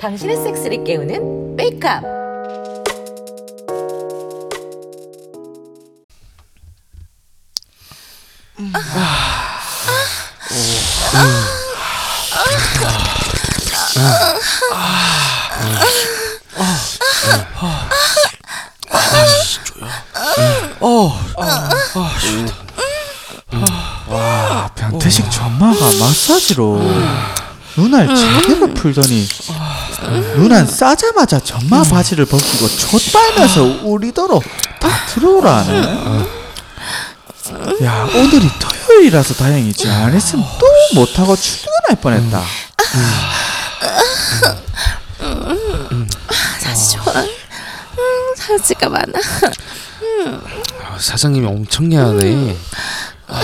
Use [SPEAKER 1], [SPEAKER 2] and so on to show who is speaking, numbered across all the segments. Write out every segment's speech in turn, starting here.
[SPEAKER 1] 당신의 섹스를 깨우는 메이크업.
[SPEAKER 2] 아, 변태식 전마가 마사지로 눈알 제대로 풀더니 눈안 싸자마자 전마 바지를 벗기고 촛발면서 우리더러 다 들어오라네. 야 오늘이 토요일이라서 다행이지 안 했으면 또 못하고 출근할 뻔했다.
[SPEAKER 3] 사지 좋아. 음, 사지가 많아.
[SPEAKER 4] 아, 사장님이 엄청 야하네. 아,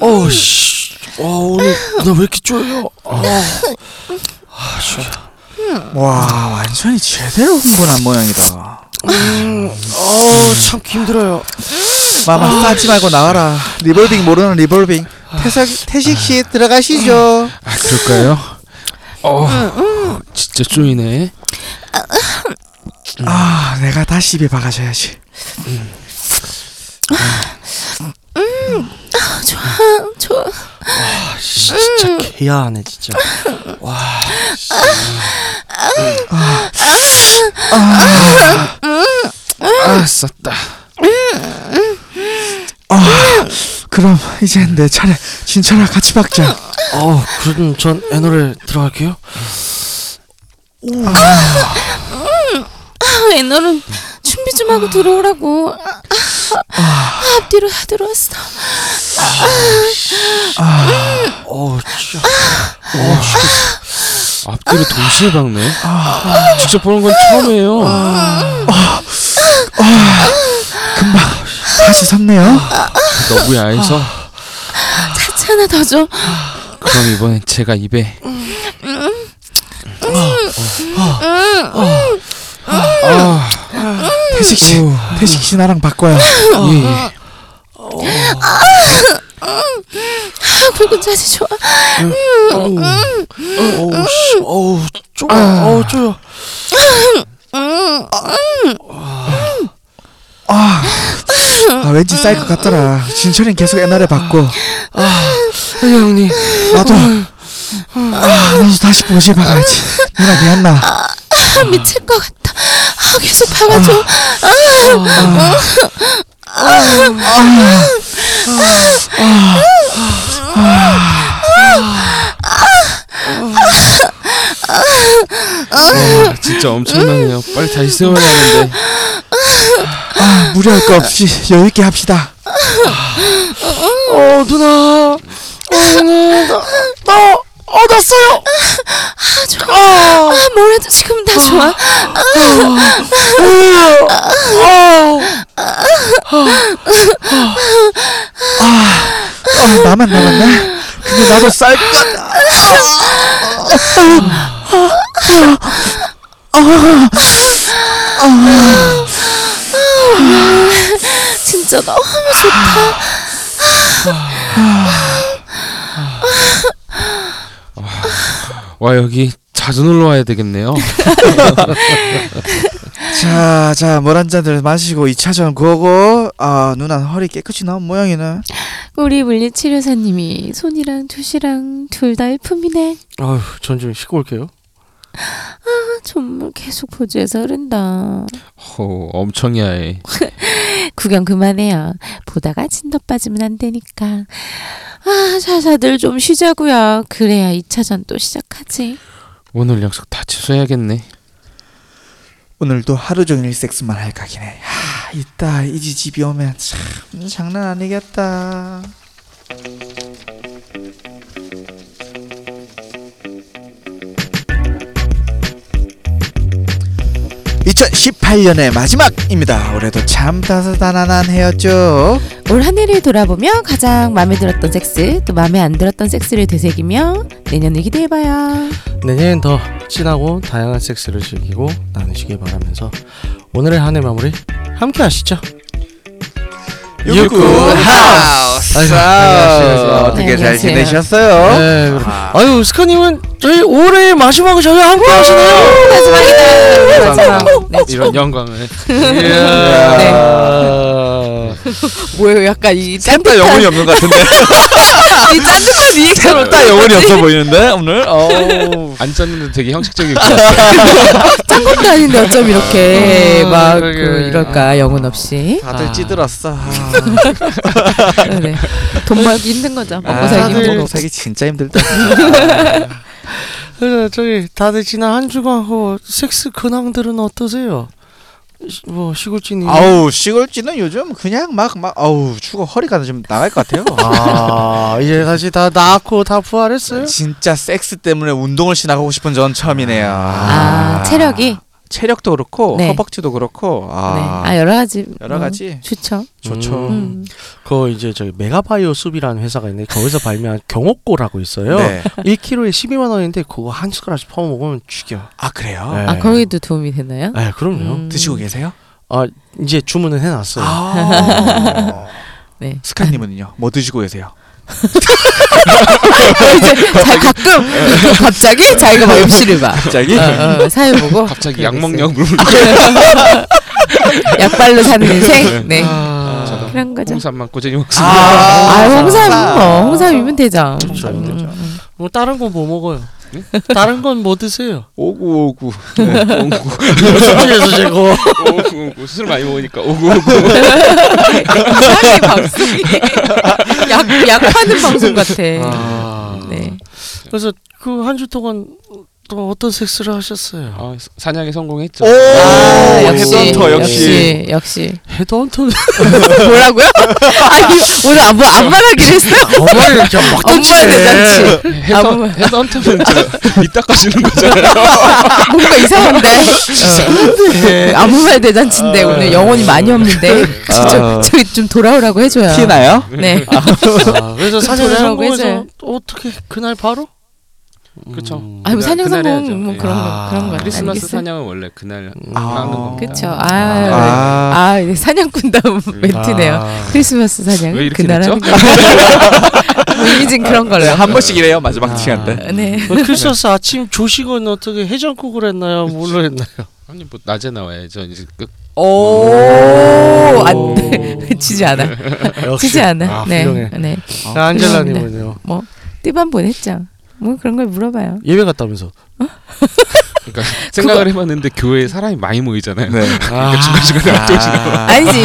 [SPEAKER 4] 어, 씨. 와, 오늘 나 왜 이렇게 쪼여? 아, 아, 씨.
[SPEAKER 2] 음. 와 완전히 제대로 흥분한 모양이다.
[SPEAKER 4] 어, 참 힘들어요.
[SPEAKER 2] 마마 싸지 말고 나와라. 리볼빙 모르는 리볼빙. 태식 태식씨 들어가시죠.
[SPEAKER 4] 아, 그럴까요? 어, 진짜 쪼이네.
[SPEAKER 2] 아 내가 다시 입에 박아줘야지.
[SPEAKER 3] 좋아, 좋아.
[SPEAKER 4] 아, 씨, 진짜 개야하네, 진짜. 와, 씨. 아, 아, 아, 쌌다.
[SPEAKER 2] 그럼 이제 내 차례 진철아 같이 박자
[SPEAKER 4] 어, 그럼 전 애노래 들어갈게요.
[SPEAKER 3] 아, 애너는 준비 좀 하고 들어오라고. 아, 아, 아, 앞뒤로 다 들어왔어.
[SPEAKER 4] 어, 진짜. 어, 진짜. 앞뒤로 동시에 박네. 아, 직접 보는 건 처음이에요.
[SPEAKER 2] 다시 섰네요
[SPEAKER 4] 너무 야해서
[SPEAKER 3] 사치 하나 더 줘. 아,
[SPEAKER 4] 그럼 이번엔 제가 입에 아,
[SPEAKER 2] 태식씨 태식씨 나랑 바꿔요
[SPEAKER 4] 예, 예.
[SPEAKER 3] 아, 굵은 사지 좋아.
[SPEAKER 4] 어우, 씨, 어우, 쪼여, 어우, 쪼여.
[SPEAKER 2] 아 왠지 쌀 것 같더라 진철이는 계속 옛날에 받고
[SPEAKER 4] 아니, 형님.
[SPEAKER 2] 나도 아 나도 다시 보시 박아야지 누나 미안나
[SPEAKER 3] 아, 미칠 것 같아. 아, 계속 박아줘.
[SPEAKER 4] 와, 진짜 엄청나네요. 빨리 다시 세워야 하는데.
[SPEAKER 2] 아 무리할 거 없이 여유있게 합시다
[SPEAKER 4] 어, 누나. 어, 누나. 나, 나, 어, 났어요.
[SPEAKER 3] 아, 좋아. 아, 뭐라도 지금 다 좋아.
[SPEAKER 4] 어,
[SPEAKER 2] 어 나만 남았나? 근데 나도 쌀것 같아
[SPEAKER 3] 진짜 너무
[SPEAKER 4] 와, 여기 자주 놀러 와야 되겠네요.
[SPEAKER 2] 자자 물 한 잔들 마시고 2차전 구하고 아 누나 허리 깨끗이 나온 모양이네
[SPEAKER 3] 우리 물리치료사님이 손이랑 투시랑 둘 다 일품이네.
[SPEAKER 4] 아휴, 전좀 씻고 올게요.
[SPEAKER 3] 아, 정말 계속 보지에서 흐른다.
[SPEAKER 4] 어, 엄청 야해.
[SPEAKER 3] 구경 그만해요. 보다가 진더 빠지면 안 되니까. 아, 자자들 좀 쉬자고요. 그래야 2차전 또 시작하지.
[SPEAKER 4] 오늘 약속 다 취소해야겠네.
[SPEAKER 2] 오늘도 하루 종일 섹스만 할 각이네. 하, 이따 이지 집이 오면 참 장난 아니겠다. (2018년의) 마지막입니다 올해도 참 다사다난한 해였죠
[SPEAKER 3] 올 한 해를 돌아보며 가장 마음에 들었던 섹스, 또 마음에 안 들었던 섹스를 되새기며 내년을 기대해봐요.
[SPEAKER 5] 내년엔 더 진하고 다양한 섹스를 즐기고 나누시길 바라면서 오늘의 한 해 마무리 함께 하시죠.
[SPEAKER 2] 유쿠 하우스. 아,
[SPEAKER 4] 안녕하세요.
[SPEAKER 2] 어떻게 잘
[SPEAKER 3] 안녕하세요.
[SPEAKER 2] 지내셨어요?
[SPEAKER 4] 네, 그럼. 아유 스카님은 저희 올해의 마지막을 저희 함께 하시네요.
[SPEAKER 3] 마지막이다. 마지막. 네.
[SPEAKER 4] 이런 영광을.
[SPEAKER 3] 네.
[SPEAKER 4] 이야.
[SPEAKER 3] 뭐예요? 약간 이
[SPEAKER 6] 셋다 영혼이 없는 것 같은데
[SPEAKER 3] 이 짠듯한 리액션.
[SPEAKER 6] 셋다 영혼이 없어 보이는데 오늘
[SPEAKER 2] 아, 네.
[SPEAKER 6] 어우.
[SPEAKER 4] 안 짰는데 되게 형식적인 거.
[SPEAKER 3] 짠 것도 아닌데 어쩜
[SPEAKER 6] 음,
[SPEAKER 3] 이렇게
[SPEAKER 4] 아,
[SPEAKER 3] 막
[SPEAKER 4] 그러게.
[SPEAKER 3] 그 이럴까 영혼 없이.
[SPEAKER 2] 다들
[SPEAKER 4] 아.
[SPEAKER 2] 찌들었어. 아,
[SPEAKER 3] 네. 돈 벌기 힘든 거죠. 먹고
[SPEAKER 2] 아,
[SPEAKER 3] 살기 힘든
[SPEAKER 2] 다들
[SPEAKER 3] 거.
[SPEAKER 2] 살기 진짜 힘들다.
[SPEAKER 4] 그래서 저희 다들 지난 한 주간 어, 섹스 근황들은 어떠세요? 시- 뭐 시골진이
[SPEAKER 2] 아우 시골지는 요즘 그냥 막 막 아우 죽어 허리가 좀 나갈 것 같아요.
[SPEAKER 4] 아 이제 다시 다 낳고 다 부활했어요?
[SPEAKER 2] 진짜 섹스 때문에 운동을 시작하고 싶은 전 처음이네요.
[SPEAKER 3] 아, 체력이.
[SPEAKER 2] 체력도 그렇고
[SPEAKER 3] 네.
[SPEAKER 2] 허벅지도 그렇고 아,
[SPEAKER 3] 네. 아 여러 가지.
[SPEAKER 2] 여러 가지
[SPEAKER 3] 음, 좋죠.
[SPEAKER 2] 좋죠.
[SPEAKER 3] 음.
[SPEAKER 4] 그 이제 저기 메가바이오 숲이라는 회사가 있는데 거기서 발매한 경옥고라고 있어요.
[SPEAKER 2] 네.
[SPEAKER 4] 1kg에 12만 원인데 그거 한 숟가락씩 퍼 먹으면 죽여.
[SPEAKER 2] 아 그래요?
[SPEAKER 4] 네.
[SPEAKER 3] 아 거기도 도움이 되나요?
[SPEAKER 4] 아 그럼요.
[SPEAKER 3] 음.
[SPEAKER 2] 드시고 계세요?
[SPEAKER 4] 아 이제 주문은 해놨어요.
[SPEAKER 2] 아.
[SPEAKER 3] 네.
[SPEAKER 2] 스카님은요? 뭐 드시고 계세요?
[SPEAKER 3] 이제 자, 가끔
[SPEAKER 6] 네.
[SPEAKER 3] 갑자기 자기가 막 옆시를 봐.
[SPEAKER 2] 갑자기?
[SPEAKER 3] 아, 어, 어, 사회 보고
[SPEAKER 7] 갑자기
[SPEAKER 3] 그러고
[SPEAKER 7] 약
[SPEAKER 3] 있어요. 아,
[SPEAKER 7] 먹냐고 물어보는
[SPEAKER 3] 약발로 사는 인생. 네.
[SPEAKER 4] 아,
[SPEAKER 3] 그런 거죠.
[SPEAKER 7] 홍삼만 꾸준히 먹습니다.
[SPEAKER 3] 아,
[SPEAKER 2] 아,
[SPEAKER 3] 홍삼 뭐 홍삼이면 되죠.
[SPEAKER 4] 그렇죠.
[SPEAKER 3] 음, 음, 음.
[SPEAKER 4] 뭐 다른 건 뭐 먹어요? 다른 건 뭐 드세요?
[SPEAKER 7] 오구 오구 오구
[SPEAKER 4] 그래서 제가
[SPEAKER 7] 아, 오구 오구 술 많이 먹으니까 오구 오구
[SPEAKER 3] 이상해 음. 방송이 약약 파는 방송 같아.
[SPEAKER 4] 아,
[SPEAKER 3] 네.
[SPEAKER 4] 그래서 그 한 주 동안 또 어떤 섹스를 하셨어요?
[SPEAKER 7] 아, 사냥에 성공했죠.
[SPEAKER 3] 아, 역시
[SPEAKER 2] 헤드헌터
[SPEAKER 3] 역시 역시
[SPEAKER 4] 헤드헌터는
[SPEAKER 3] 뭐라고요? 아니 오늘 안, 뭐, 안 말하기로 했어요?
[SPEAKER 4] 정말 이렇게 막
[SPEAKER 3] 엄마의 대잔치
[SPEAKER 7] 헤드
[SPEAKER 3] 아무-
[SPEAKER 7] 헤드 헌터는 저 이따 가시는 거잖아요.
[SPEAKER 3] 뭔가 이상한데 이상한데 어. 아무 말 대잔치인데 오늘 영혼이 많이 없는데
[SPEAKER 2] 아.
[SPEAKER 3] 좀, 저기 좀 돌아오라고 해줘요
[SPEAKER 2] 티나요?
[SPEAKER 3] 네
[SPEAKER 4] 아, 그래서 사냥에
[SPEAKER 3] 돌아오고
[SPEAKER 4] 성공해서
[SPEAKER 3] 해줘요.
[SPEAKER 4] 어떻게 그날 바로? 음.
[SPEAKER 7] 그렇죠.
[SPEAKER 3] 아니 뭐
[SPEAKER 7] 그날- 그날 해야죠.
[SPEAKER 3] 산영상공 뭐
[SPEAKER 7] 예.
[SPEAKER 3] 그런
[SPEAKER 4] 아,
[SPEAKER 3] 거 그런 거
[SPEAKER 7] 크리스마스
[SPEAKER 3] 알겠어요? 음.
[SPEAKER 7] 사냥은 원래 그날
[SPEAKER 2] 아.
[SPEAKER 7] 하는 겁니다.
[SPEAKER 3] 그쵸
[SPEAKER 4] 아.
[SPEAKER 3] 아아 네. 사냥꾼 다운 멘트네요
[SPEAKER 4] 아.
[SPEAKER 3] 크리스마스 사냥
[SPEAKER 7] 왜 이렇게
[SPEAKER 3] 그날
[SPEAKER 7] 됐죠?
[SPEAKER 3] 하는 거 뭐 이미진 그런 걸로
[SPEAKER 2] 한 번씩이래요 마지막 시간 때.
[SPEAKER 3] 네
[SPEAKER 4] 그 크리스마스 아침 조식은 어떻게 해장국을 했나요? 뭘로 했나요?
[SPEAKER 7] 아니 뭐 낮에 나와야죠. 이제 끝.
[SPEAKER 3] 오, 안 돼. 치지 않아.
[SPEAKER 7] 네.
[SPEAKER 3] 치지 않아.
[SPEAKER 4] 아,
[SPEAKER 3] 네.
[SPEAKER 4] 훌륭해.
[SPEAKER 3] 네.
[SPEAKER 4] 아, 안젤라님은요?
[SPEAKER 3] 띠반 보냈죠. 뭐 그런 걸 물어봐요.
[SPEAKER 4] 예배 갔다면서?
[SPEAKER 7] 그러니까 생각을 해봤는데 교회에 사람이 많이 모이잖아요.
[SPEAKER 2] 네.
[SPEAKER 4] 아,
[SPEAKER 2] 아,
[SPEAKER 3] 아니지.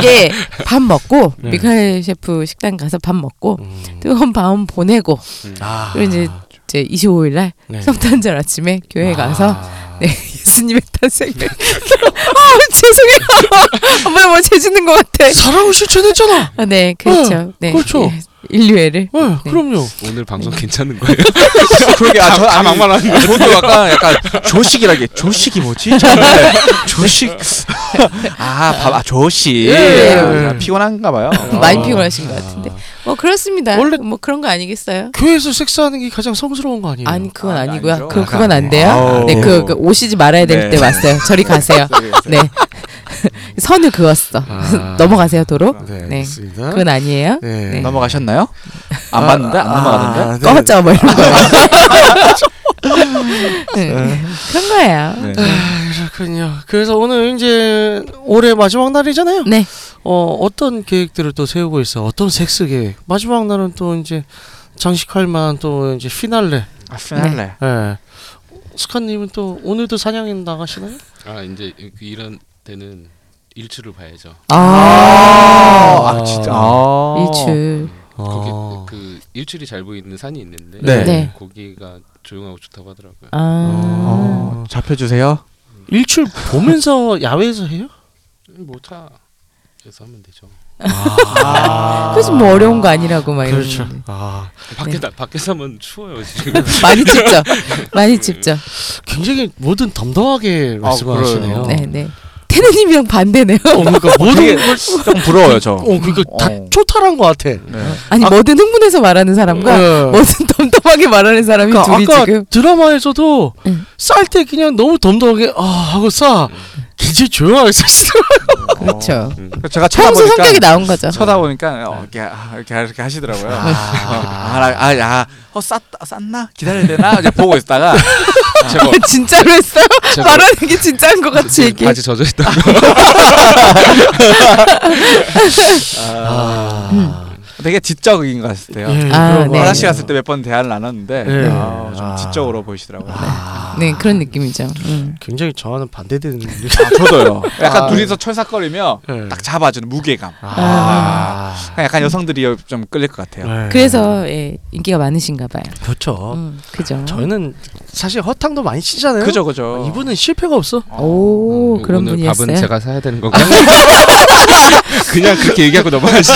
[SPEAKER 3] 이게 밥 먹고
[SPEAKER 4] 네.
[SPEAKER 3] 미카엘 셰프 식당 가서 밥 먹고
[SPEAKER 7] 음.
[SPEAKER 3] 뜨거운 밤 보내고
[SPEAKER 4] 아,
[SPEAKER 3] 그리고 이제 이제 25일 날
[SPEAKER 4] 네.
[SPEAKER 3] 성탄절 아침에 교회 가서
[SPEAKER 4] 아.
[SPEAKER 3] 네, 예수님의 탄생을 아, 죄송해요. 엄마 뭐 재짓는 것 같아.
[SPEAKER 4] 사랑을 실천했잖아.
[SPEAKER 3] 아, 네, 그렇죠. 네.
[SPEAKER 4] 그렇죠.
[SPEAKER 3] 예, 인류애를
[SPEAKER 4] 네, 그럼요.
[SPEAKER 7] 오늘 방송
[SPEAKER 3] 네.
[SPEAKER 7] 괜찮은 거예요?
[SPEAKER 2] 그러게 아, 저, 다 막말하는 거. 저도 약간 약간 조식이라게 조식이 뭐지? 저는 조식 아밥 아, 조식
[SPEAKER 4] 예.
[SPEAKER 2] 아, 피곤한가 봐요.
[SPEAKER 3] 많이 피곤하신 것 같은데. 뭐 그렇습니다.
[SPEAKER 4] 원래-
[SPEAKER 3] 뭐 그런 거 아니겠어요?
[SPEAKER 4] 교회에서 섹스하는 게 가장 성스러운 거 아니에요?
[SPEAKER 3] 아니 그건
[SPEAKER 2] 아,
[SPEAKER 3] 아, 니고요
[SPEAKER 2] 아니죠.
[SPEAKER 3] 그
[SPEAKER 2] 아,
[SPEAKER 3] 그건 안 돼요.
[SPEAKER 2] 아니에요.
[SPEAKER 3] 네,
[SPEAKER 2] 아우.
[SPEAKER 3] 그, 그 오시지 말아야 될
[SPEAKER 2] 네.
[SPEAKER 3] 때 왔어요. 저리 가세요. 네. 선을 그었어.
[SPEAKER 4] 아.
[SPEAKER 3] 넘어가세요 도로.
[SPEAKER 4] 네,
[SPEAKER 3] 네.
[SPEAKER 4] 알겠습니다.
[SPEAKER 3] 그건 아니에요.
[SPEAKER 4] 네.
[SPEAKER 3] 네.
[SPEAKER 2] 넘어가셨나요? 안 봤는데 안 넘어가던데.
[SPEAKER 4] 아, 네.
[SPEAKER 3] 꺼져 뭐 이런 거. 네. 그런 거예요.
[SPEAKER 2] 네.
[SPEAKER 4] 그렇군요. 그래서 오늘 이제 올해 마지막 날이잖아요.
[SPEAKER 3] 네.
[SPEAKER 4] 어, 어떤 계획들을 또 세우고 있어? 어떤 섹스 계획? 마지막 날은 또 이제 장식할 만한 또 이제 피날레.
[SPEAKER 2] 아, 피날레.
[SPEAKER 4] 예. 스카님은 또 오늘도 사냥에 나가시나요?
[SPEAKER 7] 아 이제 이- 이런 때는 일출을 봐야죠.
[SPEAKER 3] 아.
[SPEAKER 2] 아, 아 진짜. 아.
[SPEAKER 3] 일출.
[SPEAKER 7] 거기
[SPEAKER 4] 어.
[SPEAKER 7] 그 일출이 잘 보이는 산이 있는데
[SPEAKER 2] 네.
[SPEAKER 3] 아. 네.
[SPEAKER 7] 거기가 조용하고 좋다고 하더라고요.
[SPEAKER 3] 아.
[SPEAKER 2] 어, 잡혀 주세요.
[SPEAKER 4] 일출 보면서 야외에서 해요?
[SPEAKER 7] 뭐 차에서 하면 되죠.
[SPEAKER 3] 그래서 뭐 어려운 거 아니라고 막 이런.
[SPEAKER 4] 그렇죠. 아,
[SPEAKER 7] 밖에 다 밖에서 하면 추워요 지금.
[SPEAKER 3] 많이 춥죠. 많이 춥죠.
[SPEAKER 4] 굉장히 뭐든 덤덤하게 말씀하시네요.
[SPEAKER 2] 아, 그래요.
[SPEAKER 3] 네, 네. 태느님이랑 반대네요.
[SPEAKER 4] 어, 그러니까
[SPEAKER 2] 되게
[SPEAKER 4] 뭐든
[SPEAKER 2] 좀 부러워요 저. 네.
[SPEAKER 4] 어, 그러니까 다
[SPEAKER 2] 어.
[SPEAKER 4] 초탈한 것 같아.
[SPEAKER 2] 음.
[SPEAKER 3] 아니 뭐든 흥분해서 말하는 사람과
[SPEAKER 4] 예.
[SPEAKER 3] 무슨 덤덤하게 말하는 사람이 네.
[SPEAKER 4] 그러니까
[SPEAKER 3] 둘이
[SPEAKER 4] 아까
[SPEAKER 3] 지금
[SPEAKER 4] 드라마에서도
[SPEAKER 3] 응.
[SPEAKER 2] 음.
[SPEAKER 4] 쌀 때 그냥 너무 덤덤하게 아 하고 싸 굉장히 조용하게 사시더라고요.
[SPEAKER 2] 어,
[SPEAKER 3] 그렇죠.
[SPEAKER 2] 그러니까 제가
[SPEAKER 3] 평소
[SPEAKER 2] 쳐다보니까
[SPEAKER 3] 성격이 나온 거죠.
[SPEAKER 2] 쳐다보니까 어, 이렇게 아, 이렇게 이렇게 하시더라고요. 아아야어 쌌다 쌌나 기다려야 되나 이제 보고 있다가 제가
[SPEAKER 3] 진짜로 했어요?
[SPEAKER 7] 제가-
[SPEAKER 3] 말하는 게 진짜인 것 같이 얘기.
[SPEAKER 7] 바지 젖어 있다.
[SPEAKER 2] 되게 지적인 것 같아요.
[SPEAKER 3] 아,
[SPEAKER 4] 음. 그런 거.
[SPEAKER 3] 네.
[SPEAKER 2] 아, 화장실 갔을 때 몇 번 대화를 나눴는데
[SPEAKER 4] 네.
[SPEAKER 2] 아, 좀
[SPEAKER 4] 예. 아.
[SPEAKER 2] 지적으로 보이시더라고요.
[SPEAKER 3] 네 그런 느낌이죠. 음.
[SPEAKER 4] 굉장히 저와는 반대되는 느낌.
[SPEAKER 2] 아, 저도요. 약간 둘이서 철삭거리며
[SPEAKER 4] 네.
[SPEAKER 2] 딱 잡아주는 무게감. 그러니까
[SPEAKER 3] 아.
[SPEAKER 4] 아.
[SPEAKER 2] 약간 여성들이 좀 끌릴 것 같아요.
[SPEAKER 4] 네.
[SPEAKER 3] 그래서 예, 인기가 많으신가 봐요.
[SPEAKER 4] 그렇죠.
[SPEAKER 3] 음, 그죠.
[SPEAKER 4] 저희는 사실 허탕도 많이 네? 치잖아요.
[SPEAKER 2] 그죠 그죠.
[SPEAKER 4] 이분은 실패가 없어.
[SPEAKER 3] 오 그런
[SPEAKER 7] 음, 오늘
[SPEAKER 3] 분이었어요.
[SPEAKER 7] 밥은 제가 사야 되는 건가요? 아, 그냥 그렇게 얘기하고 넘어가시죠.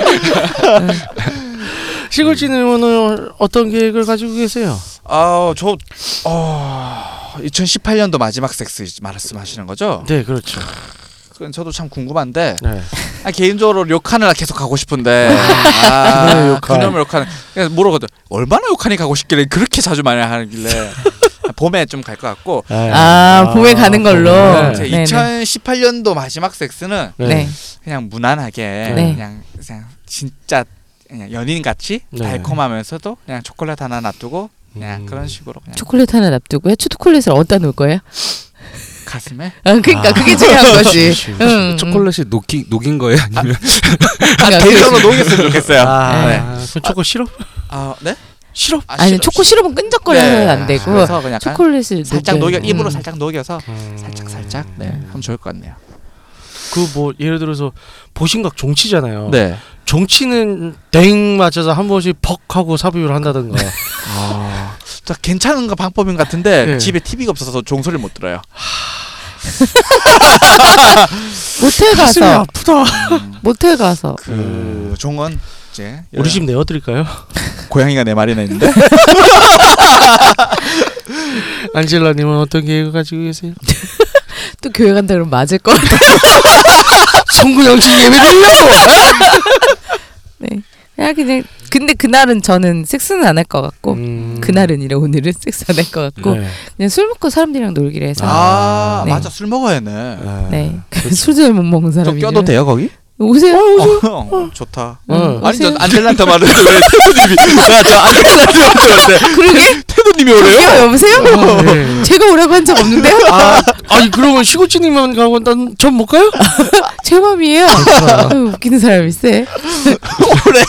[SPEAKER 4] 시골지는
[SPEAKER 2] 음.
[SPEAKER 4] 오늘 어떤 계획을 가지고 계세요?
[SPEAKER 2] 아저 어, 2018년도 마지막 섹스 말씀하시는 거죠?
[SPEAKER 4] 네, 그렇죠.
[SPEAKER 2] 그건 저도 참 궁금한데
[SPEAKER 4] 네.
[SPEAKER 2] 아, 개인적으로 욕하느라 계속 가고 싶은데
[SPEAKER 4] 그녀의
[SPEAKER 2] 아,
[SPEAKER 4] 욕한.
[SPEAKER 2] 그놈의 욕하는 그래서 물어거든 얼마나 욕하니 가고 싶길래 그렇게 자주 많이 하길래 아, 봄에 좀 갈 것 같고
[SPEAKER 4] 네.
[SPEAKER 3] 아, 봄에 가는 걸로.
[SPEAKER 4] 봄에.
[SPEAKER 2] 제
[SPEAKER 3] 네, 네.
[SPEAKER 2] 2018년도 마지막 섹스는
[SPEAKER 4] 네.
[SPEAKER 3] 네.
[SPEAKER 2] 그냥 무난하게
[SPEAKER 3] 네.
[SPEAKER 2] 그냥, 그냥 진짜 그냥 연인 같이
[SPEAKER 4] 네.
[SPEAKER 2] 달콤하면서도 그냥 초콜릿 하나 놔두고 그냥
[SPEAKER 4] 음.
[SPEAKER 2] 그런 식으로 그냥
[SPEAKER 3] 초콜릿 하나 납두고요. 초콜릿을 어디다 놓을 거예요?
[SPEAKER 2] 가슴에
[SPEAKER 3] 아, 그러니까
[SPEAKER 4] 아.
[SPEAKER 3] 그게 중요한 거지.
[SPEAKER 7] 음,
[SPEAKER 3] 응,
[SPEAKER 7] 초콜릿이 녹인 녹인 거예요? 아니면
[SPEAKER 3] 그러니까 그-
[SPEAKER 2] 대전으로 녹였으면 좋겠어요.
[SPEAKER 4] 아,
[SPEAKER 2] 네.
[SPEAKER 4] 그 초코 시럽?
[SPEAKER 2] 아 네?
[SPEAKER 4] 시럽?
[SPEAKER 2] 아,
[SPEAKER 3] 아니
[SPEAKER 2] 싫어,
[SPEAKER 3] 초코 시럽은 끈적거려서는
[SPEAKER 2] 네.
[SPEAKER 3] 안 되고
[SPEAKER 2] 그래서 그냥 약간
[SPEAKER 3] 초콜릿을
[SPEAKER 2] 살짝 녹여
[SPEAKER 3] 녹여야 돼.
[SPEAKER 2] 입으로
[SPEAKER 3] 음.
[SPEAKER 2] 살짝 녹여서 살짝 살짝 네
[SPEAKER 4] 음.
[SPEAKER 2] 하면 좋을 것 같네요.
[SPEAKER 4] 그 뭐 예를 들어서 보신각 종치잖아요.
[SPEAKER 2] 네.
[SPEAKER 4] 종치는 땡 맞아서 한 번씩 퍽 하고 삽입을 한다든가.
[SPEAKER 2] 자 괜찮은 거 방법인 것 같은데
[SPEAKER 4] 네.
[SPEAKER 2] 집에 TV가 없어서 종소리를 못 들어요.
[SPEAKER 3] 모텔
[SPEAKER 4] 가슴이
[SPEAKER 3] 가서
[SPEAKER 4] 아프다.
[SPEAKER 3] 모텔 가서
[SPEAKER 2] 그 종은 이제
[SPEAKER 4] 우리 집 내어드릴까요?
[SPEAKER 2] 고양이가 네 마리나 있는데
[SPEAKER 4] 안젤라님은 어떤 계획을 가지고 계세요?
[SPEAKER 3] 또 교회 간다 그러면 맞을 거.
[SPEAKER 4] 송구 영신 예배 드리려고.
[SPEAKER 3] 네. 그냥 그냥 근데 그날은 저는 섹스는 안 할 것 같고
[SPEAKER 4] 음.
[SPEAKER 2] 음.
[SPEAKER 3] 그날은이라 오늘은 섹스 안 할 것
[SPEAKER 4] 네.
[SPEAKER 3] 같고 그냥 술 먹고 사람들이랑 놀기로 해서
[SPEAKER 2] 네. 아,
[SPEAKER 3] 네.
[SPEAKER 2] 맞아 술 먹어야네.
[SPEAKER 3] 네. 술잘 못 먹는
[SPEAKER 2] 저
[SPEAKER 3] 사람이
[SPEAKER 2] 껴도 돼요 거기?
[SPEAKER 3] 오세요. 음,
[SPEAKER 2] 어, 어, 좋다.
[SPEAKER 4] 어.
[SPEAKER 2] 아니 저
[SPEAKER 3] 오세요.
[SPEAKER 2] 안젤란타 말했는데 왜 태도님이 아, 나저 안젤란타 말했는데
[SPEAKER 3] 그러게.
[SPEAKER 2] 태도님이
[SPEAKER 3] 저기요,
[SPEAKER 2] 오래요? 어.
[SPEAKER 3] 여보세요?
[SPEAKER 4] 아, 네.
[SPEAKER 3] 제가 오라고 한 적 없는데요?
[SPEAKER 4] 아, 아니 그러면 시골지님만 가고 난전못 가요?
[SPEAKER 3] 제 맘이에요. 아유, 웃기는 사람일세.
[SPEAKER 2] 오래.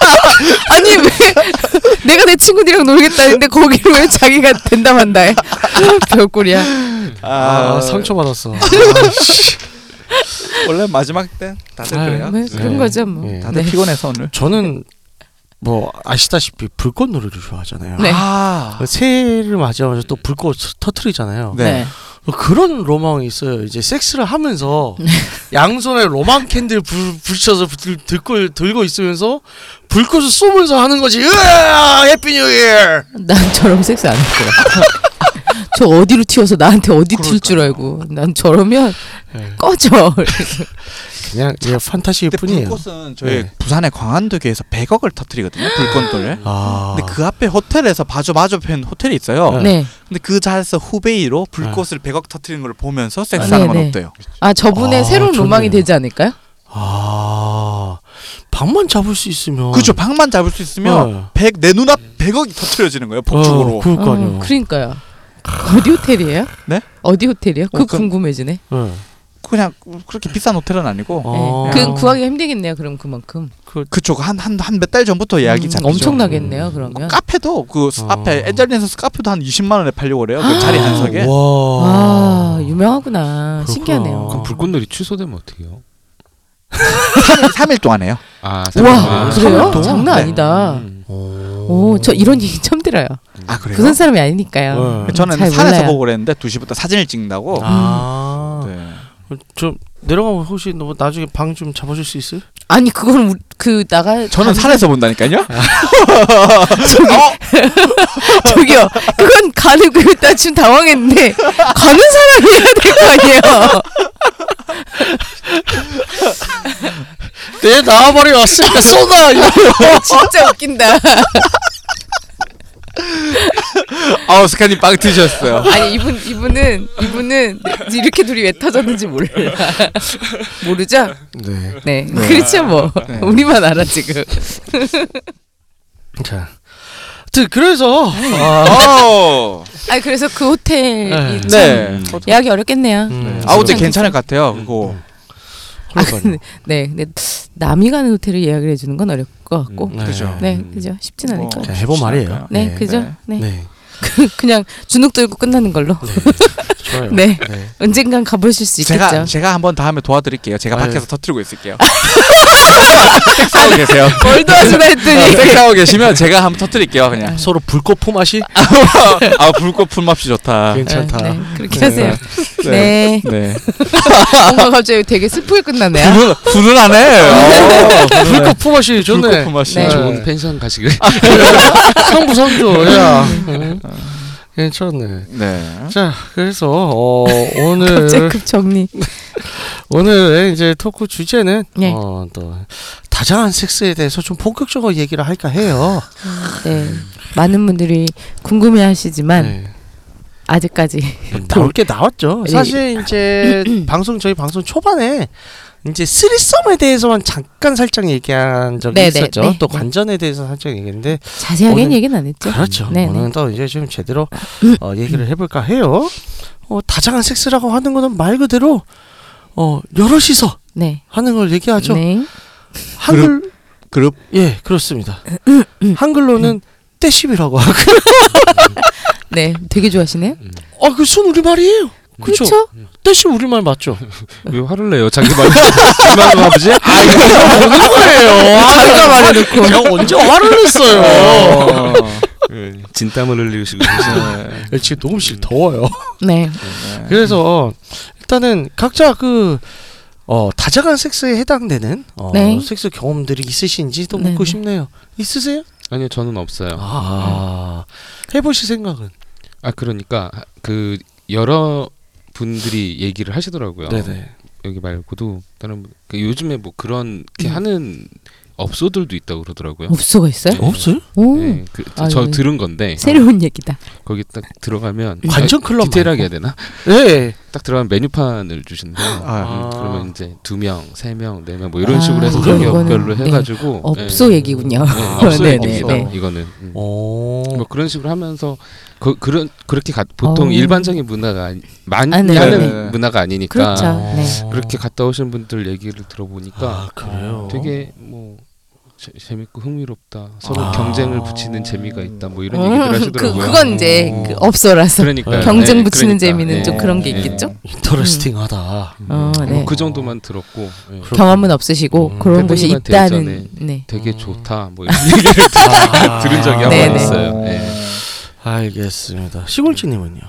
[SPEAKER 3] 아니 왜 내가 내 친구들이랑 놀겠다는데 거기를 왜 자기가 된다만다 해. 벽골이야.
[SPEAKER 4] 아, 네.
[SPEAKER 2] 아,
[SPEAKER 4] 상처 받았어.
[SPEAKER 2] 원래 마지막 땐 다들
[SPEAKER 4] 아유,
[SPEAKER 2] 그래요.
[SPEAKER 3] 뭐 그런
[SPEAKER 4] 네.
[SPEAKER 3] 거죠 뭐.
[SPEAKER 4] 네.
[SPEAKER 2] 다들 피곤해서 오늘.
[SPEAKER 4] 저는 뭐 아시다시피 불꽃 노래를 좋아하잖아요.
[SPEAKER 3] 네.
[SPEAKER 2] 아,
[SPEAKER 4] 새해를 맞이하면서 또 불꽃 터트리잖아요.
[SPEAKER 2] 네.
[SPEAKER 4] 뭐 그런 로망이 있어요. 이제 섹스를 하면서 양손에 로망 캔들 불, 붙여서 들, 들고, 들고 있으면서 불꽃을 쏘면서 하는 거지. 으아! 해피 뉴 이어!
[SPEAKER 3] 난 저럼 섹스 안 할 거야. 저 어디로 튀어서 나한테 어디 튈 줄 알고 난 저러면
[SPEAKER 4] 네.
[SPEAKER 3] 꺼져.
[SPEAKER 4] 그냥 그냥 판타지일
[SPEAKER 2] 근데
[SPEAKER 4] 뿐이에요.
[SPEAKER 2] 불꽃은 저희
[SPEAKER 4] 네.
[SPEAKER 2] 부산의 광안도교에서 100억을 터뜨리거든요. 불꽃돌을.
[SPEAKER 4] 아.
[SPEAKER 2] 근데 그 앞에 호텔에서 마주 마주편 호텔이 있어요.
[SPEAKER 4] 네.
[SPEAKER 3] 네.
[SPEAKER 2] 근데 그 자리에서 후베이로 불꽃을 100억 터뜨리는 걸 보면서
[SPEAKER 3] 네,
[SPEAKER 2] 섹스하는 건
[SPEAKER 3] 네.
[SPEAKER 2] 없대요.
[SPEAKER 3] 아 저분의
[SPEAKER 4] 아,
[SPEAKER 3] 새로운
[SPEAKER 4] 좋네요.
[SPEAKER 3] 로망이 되지 않을까요?
[SPEAKER 4] 아. 방만 잡을 수
[SPEAKER 3] 어.
[SPEAKER 4] 있으면.
[SPEAKER 2] 그죠? 방만 잡을 수 있으면
[SPEAKER 4] 어.
[SPEAKER 2] 100, 내 눈앞 100억이 터뜨려지는 거예요.
[SPEAKER 4] 어,
[SPEAKER 2] 폭죽으로. 음,
[SPEAKER 4] 그러니까요.
[SPEAKER 3] 어, 그러니까요. 어디 호텔이에요?
[SPEAKER 2] 네?
[SPEAKER 3] 어디 호텔이요? 그
[SPEAKER 2] 어, 그-
[SPEAKER 3] 궁금해지네.
[SPEAKER 4] 네.
[SPEAKER 2] 그냥 그렇게 비싼 호텔은 아니고
[SPEAKER 4] 어.
[SPEAKER 3] 네. 그 구하기가 힘들겠네요. 그럼 그만큼.
[SPEAKER 2] 그쪽 한한한 몇 달 전부터 그 예약이
[SPEAKER 3] 음,
[SPEAKER 2] 잡히죠.
[SPEAKER 3] 엄청나겠네요. 그러면.
[SPEAKER 2] 카페도 그 수-
[SPEAKER 4] 어.
[SPEAKER 2] 앞에 엔젤리에서 카페도 한 20만 원에 팔려고 그래요. 그 자리 한 석에. 어.
[SPEAKER 4] 와.
[SPEAKER 3] 아 유명하구나.
[SPEAKER 4] 그렇구나.
[SPEAKER 3] 신기하네요.
[SPEAKER 7] 그럼 불꽃놀이 취소되면 어떡해요?
[SPEAKER 2] 3일 동안 해요.
[SPEAKER 7] 아,
[SPEAKER 3] 와
[SPEAKER 7] 생각보다.
[SPEAKER 3] 그래요?
[SPEAKER 2] 아,
[SPEAKER 3] 장난
[SPEAKER 2] 네.
[SPEAKER 3] 아니다.
[SPEAKER 7] 음.
[SPEAKER 3] 오 저 이런 얘기 처음 들어요.
[SPEAKER 2] 아, 그래요?
[SPEAKER 3] 부산 사람이 아니니까요.
[SPEAKER 4] 네.
[SPEAKER 2] 저는
[SPEAKER 3] 잘
[SPEAKER 2] 산에서
[SPEAKER 3] 몰라요.
[SPEAKER 2] 보고 그랬는데 2시부터 사진을 찍는다고.
[SPEAKER 4] 아.
[SPEAKER 2] 네.
[SPEAKER 4] 좀 내려가면 혹시 너뭐 나중에 방 좀 잡아줄 수 있어요?
[SPEAKER 3] 아니 그건 우리- 그 나가
[SPEAKER 2] 저는
[SPEAKER 3] 간-
[SPEAKER 2] 산에서 본다니까요.
[SPEAKER 3] 아. 저기
[SPEAKER 4] 어?
[SPEAKER 3] 저기요 그건 가는 그 일단 지금 당황했는데 가는 사람이어야 될 거 아니에요.
[SPEAKER 4] 네 나와버려 왔으니까 쏟아.
[SPEAKER 3] 진짜 웃긴다.
[SPEAKER 2] 아 스카님 빵 트셨어요.
[SPEAKER 3] 아니 이분 이분은 이분은 이렇게 둘이 왜 터졌는지 몰라. 모르죠?
[SPEAKER 4] 네.
[SPEAKER 3] 네. 그렇죠 뭐.
[SPEAKER 2] 네.
[SPEAKER 3] 우리만 알아 지금.
[SPEAKER 4] 자. 하여튼 그래서
[SPEAKER 2] 네.
[SPEAKER 4] 아,
[SPEAKER 2] 어.
[SPEAKER 3] 아 그래서 그 호텔
[SPEAKER 4] 네.
[SPEAKER 2] 네.
[SPEAKER 3] 예약이 어렵겠네요.
[SPEAKER 4] 음,
[SPEAKER 2] 아 어제 괜찮을 것 같아요. 그거.
[SPEAKER 3] 아,
[SPEAKER 4] 그러니까요.
[SPEAKER 3] 근데, 네. 근데 남이 가는 호텔을 예약을 해주는 건 어렵 것 같고.
[SPEAKER 4] 네.
[SPEAKER 2] 그죠.
[SPEAKER 3] 네, 그죠. 쉽진 않을
[SPEAKER 2] 뭐,
[SPEAKER 3] 거.
[SPEAKER 4] 자, 해본 말이에요.
[SPEAKER 2] 않을까요?
[SPEAKER 3] 네,
[SPEAKER 4] 네.
[SPEAKER 3] 그죠. 네.
[SPEAKER 4] 네.
[SPEAKER 3] 그냥 주눅 들고 끝나는 걸로.
[SPEAKER 4] 좋아요.
[SPEAKER 3] 네.
[SPEAKER 4] 네.
[SPEAKER 3] 언젠간 가보실 수 있겠죠.
[SPEAKER 2] 제가 제가 한번 다음에 도와드릴게요. 제가
[SPEAKER 4] 아유.
[SPEAKER 2] 밖에서 터뜨리고 있을게요. 섹스하고 계세요.
[SPEAKER 3] 뭘 도와주나
[SPEAKER 2] 아,
[SPEAKER 3] 했더니 네,
[SPEAKER 2] 섹스하고 계시면 제가 한번 터뜨릴게요.
[SPEAKER 3] 아.
[SPEAKER 2] 그냥.
[SPEAKER 4] 서로 불꽃 포맛이
[SPEAKER 2] 아 불꽃 품맛이 좋다.
[SPEAKER 4] 괜찮다.
[SPEAKER 3] 네, 그렇게 하세요.
[SPEAKER 2] 네.
[SPEAKER 3] 네. 어,
[SPEAKER 2] 네.
[SPEAKER 3] 뭔가 갑자기 되게 슬프게 끝나네요.
[SPEAKER 2] 분을 분을 안 해. 어, 분을 해.
[SPEAKER 4] 불꽃 포맛이 좋네.
[SPEAKER 2] 불꽃 품맛이.
[SPEAKER 3] 네.
[SPEAKER 7] 좋은 펜션 가시길.
[SPEAKER 3] 음.
[SPEAKER 4] 상부상조 야. 응. 괜찮네.
[SPEAKER 3] 음.
[SPEAKER 2] 네.
[SPEAKER 4] 자, 그래서 어, 오늘
[SPEAKER 3] 갑자기 급 정리.
[SPEAKER 4] 오늘 이제 토크 주제는
[SPEAKER 3] 네.
[SPEAKER 4] 어, 또 다정한 섹스에 대해서 좀 본격적으로 얘기를 할까 해요.
[SPEAKER 3] 네. 많은 분들이 궁금해하시지만
[SPEAKER 4] 네.
[SPEAKER 3] 아직까지
[SPEAKER 4] 나올 게 나왔죠.
[SPEAKER 3] 예.
[SPEAKER 4] 사실 이제 방송 저희 방송 초반에 이제 쓰리썸에 대해서만 잠깐 살짝 얘기한 적이
[SPEAKER 3] 네네,
[SPEAKER 4] 있었죠.
[SPEAKER 3] 네.
[SPEAKER 4] 또 관전에 대해서 살짝 얘기했는데
[SPEAKER 3] 자세하게는
[SPEAKER 4] 오늘-
[SPEAKER 3] 얘기는 안 했죠.
[SPEAKER 4] 그렇죠.
[SPEAKER 3] 네,
[SPEAKER 4] 오늘은
[SPEAKER 3] 네.
[SPEAKER 4] 또 이제 좀 제대로 어, 얘기를 해볼까 해요. 어, 다정한 섹스라고 하는 거는 말 그대로 어, 여럿이서
[SPEAKER 3] 네.
[SPEAKER 4] 하는 걸 얘기하죠.
[SPEAKER 3] 네.
[SPEAKER 4] 한글
[SPEAKER 2] 그룹
[SPEAKER 4] 예 그렇습니다. 한글로는 떼십이라고 하고
[SPEAKER 3] 네. 되게 좋아하시네요.
[SPEAKER 4] 어, 아그 순 우리 말이에요. 그렇죠.
[SPEAKER 3] 그렇죠?
[SPEAKER 4] 떼십 우리 말 맞죠?
[SPEAKER 7] 왜 화를 내요? 자기 말. 자기 말도 아버지?
[SPEAKER 4] 아 이거 어느 거예요? 자기가
[SPEAKER 7] 어,
[SPEAKER 4] 말해놓고 제가 언제 화를 냈어요?
[SPEAKER 7] 예, 진땀을 흘리시고 계시네요.
[SPEAKER 4] 야, 지금 녹음실 더워요.
[SPEAKER 3] 네.
[SPEAKER 4] 그래서 일단은 각자 그 어, 다자간 섹스에 해당되는 어,
[SPEAKER 3] 네.
[SPEAKER 4] 섹스 경험들이 있으신지 또
[SPEAKER 3] 네,
[SPEAKER 4] 묻고
[SPEAKER 3] 네.
[SPEAKER 4] 싶네요. 있으세요?
[SPEAKER 7] 아니요, 저는 없어요.
[SPEAKER 4] 아 해보실 생각은?
[SPEAKER 7] 아 그러니까 그 여러 분들이 얘기를 하시더라고요.
[SPEAKER 4] 네,
[SPEAKER 7] 여기 말고도 다른 분- 그 요즘에 뭐 그런 게 하는 업소들도 있다고 그러더라고요.
[SPEAKER 3] 업소가 있어요?
[SPEAKER 4] 없어요?
[SPEAKER 3] 오.
[SPEAKER 7] 네, 그,
[SPEAKER 3] 아,
[SPEAKER 7] 저
[SPEAKER 3] 네.
[SPEAKER 7] 들은 건데 어,
[SPEAKER 3] 새로운 음. 얘기다.
[SPEAKER 7] 거기 딱 들어가면 아,
[SPEAKER 4] 관전 클럽 말고.
[SPEAKER 7] 디테일하게 해야 되나?
[SPEAKER 4] 네.
[SPEAKER 7] 딱 들어가면 메뉴판을 주신대요.
[SPEAKER 4] 아.
[SPEAKER 7] 음, 그러면 이제 두 명, 세 명, 네 명 뭐 이런 식으로
[SPEAKER 3] 아,
[SPEAKER 7] 해서
[SPEAKER 3] 그럼
[SPEAKER 7] 가격별로
[SPEAKER 3] 이거는,
[SPEAKER 7] 해가지고
[SPEAKER 3] 업소 얘기군요.
[SPEAKER 7] 네, 업소
[SPEAKER 3] 네,
[SPEAKER 4] 네,
[SPEAKER 7] 얘기죠.
[SPEAKER 4] 네.
[SPEAKER 7] 이거는 음.
[SPEAKER 4] 오.
[SPEAKER 7] 뭐 그런 식으로 하면서 그, 그런 그렇게 가, 보통
[SPEAKER 3] 어.
[SPEAKER 7] 일반적인 문화가 아니, 많이
[SPEAKER 3] 아, 네,
[SPEAKER 7] 하는
[SPEAKER 2] 네.
[SPEAKER 7] 문화가 아니니까
[SPEAKER 3] 그렇죠. 네.
[SPEAKER 7] 그렇게 갔다 오신 분들 얘기를 들어보니까
[SPEAKER 4] 아, 그래요.
[SPEAKER 7] 되게 뭐 재, 재밌고 흥미롭다. 서로
[SPEAKER 4] 아.
[SPEAKER 7] 경쟁을 붙이는 재미가 있다. 뭐 이런
[SPEAKER 3] 어,
[SPEAKER 7] 얘기들
[SPEAKER 3] 그,
[SPEAKER 7] 하시더라고요. 음. 어.
[SPEAKER 3] 그건 이제 그 업소라서
[SPEAKER 7] 그러니까
[SPEAKER 3] 경쟁 붙이는 재미는 좀 그런 게
[SPEAKER 7] 네.
[SPEAKER 3] 있겠죠.
[SPEAKER 4] 인터레스팅하다.
[SPEAKER 3] 어, 네.
[SPEAKER 7] 음. 뭐그 정도만 들었고 예.
[SPEAKER 3] 경험은 없으시고
[SPEAKER 4] 음,
[SPEAKER 3] 그런 곳이
[SPEAKER 7] 대표님한테
[SPEAKER 3] 있다는. 네.
[SPEAKER 7] 되게 좋다. 뭐 이런 얘기를
[SPEAKER 4] 아,
[SPEAKER 7] 들은 적이 한
[SPEAKER 3] 네,
[SPEAKER 7] 번
[SPEAKER 3] 네.
[SPEAKER 7] 있어요. 예.
[SPEAKER 4] 알겠습니다. 시골지님은요?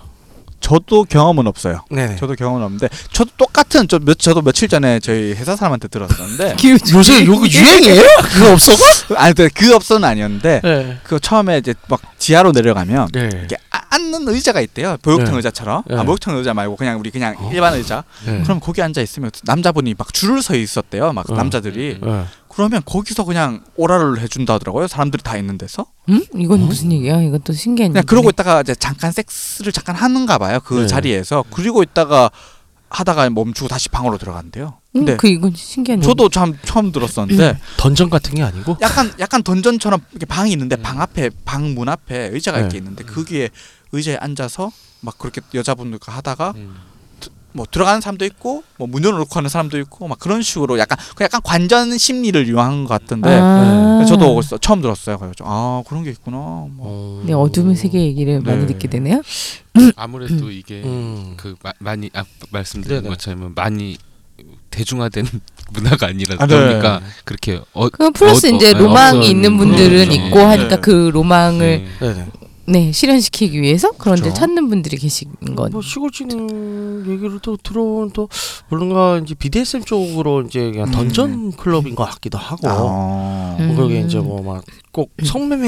[SPEAKER 2] 저도 경험은 없어요.
[SPEAKER 4] 네네.
[SPEAKER 2] 저도 경험은 없는데 저도 똑같은 저, 며, 저도 며칠 전에 저희 회사 사람한테 들었었는데
[SPEAKER 4] 요새 요거 유행이에요? 그거 없어가?
[SPEAKER 2] 아니 근데 그 업소는 아니었는데
[SPEAKER 4] 네.
[SPEAKER 2] 그 처음에 이제 막 지하로 내려가면
[SPEAKER 4] 네.
[SPEAKER 2] 이렇게 아- 앉는 의자가 있대요. 목욕탕
[SPEAKER 4] 네.
[SPEAKER 2] 의자처럼.
[SPEAKER 4] 네.
[SPEAKER 2] 아, 목욕탕 의자 말고 그냥 우리 그냥 일반 의자.
[SPEAKER 4] 네.
[SPEAKER 2] 그럼 거기 앉아 있으면 남자분이 막 줄을 서 있었대요. 막
[SPEAKER 4] 어.
[SPEAKER 2] 남자들이.
[SPEAKER 4] 네.
[SPEAKER 2] 그러면 거기서 그냥 오라를 해준다 하더라고요. 사람들이 다 있는 데서.
[SPEAKER 3] 음? 이건
[SPEAKER 7] 어?
[SPEAKER 3] 무슨 얘기야? 이건 또 신기한
[SPEAKER 2] 그냥
[SPEAKER 3] 얘기.
[SPEAKER 2] 그러고 있다가 이제 잠깐 섹스를 잠깐 하는가 봐요. 그
[SPEAKER 4] 네.
[SPEAKER 2] 자리에서. 그리고 있다가 하다가 멈추고 다시 방으로 들어간대요. 근데
[SPEAKER 3] 음, 그 이건 신기한 얘기.
[SPEAKER 2] 저도 참 처음 들었었는데
[SPEAKER 4] 던전 같은 게 아니고?
[SPEAKER 2] 약간 약간 던전처럼 이렇게 방이 있는데 방 앞에 방 문 앞에 의자가
[SPEAKER 4] 음. 네.
[SPEAKER 2] 이렇게 있는데 거기에 의자에 앉아서 막 그렇게 여자분들과 하다가
[SPEAKER 7] 음.
[SPEAKER 2] 뭐 들어가는 사람도 있고 뭐 문 열어놓고 하는 사람도 있고 막 그런 식으로 약간 그 약간 관전 심리를 유한 것 같은데 네,
[SPEAKER 3] 아.
[SPEAKER 2] 저도 써- 처음 들었어요. 그래서 아 그런 게 있구나. 뭐.
[SPEAKER 7] 어,
[SPEAKER 3] 네, 어둠의 세계 얘기를 많이
[SPEAKER 2] 네.
[SPEAKER 3] 듣게 되네요.
[SPEAKER 7] 아무래도 이게
[SPEAKER 4] 음.
[SPEAKER 7] 그 마, 많이 아, 말씀드린
[SPEAKER 4] 네네.
[SPEAKER 7] 것처럼 많이 대중화된 문화가 아니라
[SPEAKER 2] 아, 네.
[SPEAKER 7] 그러니까 그렇게 어,
[SPEAKER 3] 그럼 플러스
[SPEAKER 7] 어,
[SPEAKER 3] 이제
[SPEAKER 7] 어,
[SPEAKER 3] 로망이
[SPEAKER 7] 어떤
[SPEAKER 3] 있는
[SPEAKER 7] 그런
[SPEAKER 3] 분들은
[SPEAKER 7] 거죠.
[SPEAKER 3] 있고 하니까
[SPEAKER 2] 네.
[SPEAKER 3] 그 로망을
[SPEAKER 7] 네.
[SPEAKER 4] 네네.
[SPEAKER 3] 네 실현시키기 위해서 그런 데
[SPEAKER 2] 그렇죠.
[SPEAKER 3] 찾는 분들이 계신 건.
[SPEAKER 4] 뭐 시골지님 얘기를 또 들어온 또 뭔가 이제 BDSM 쪽으로 이제 그냥
[SPEAKER 2] 음.
[SPEAKER 4] 던전 클럽인 것 같기도 하고.
[SPEAKER 2] 아. 음.
[SPEAKER 3] 음.
[SPEAKER 4] 뭐 그게 이제 뭐 막 꼭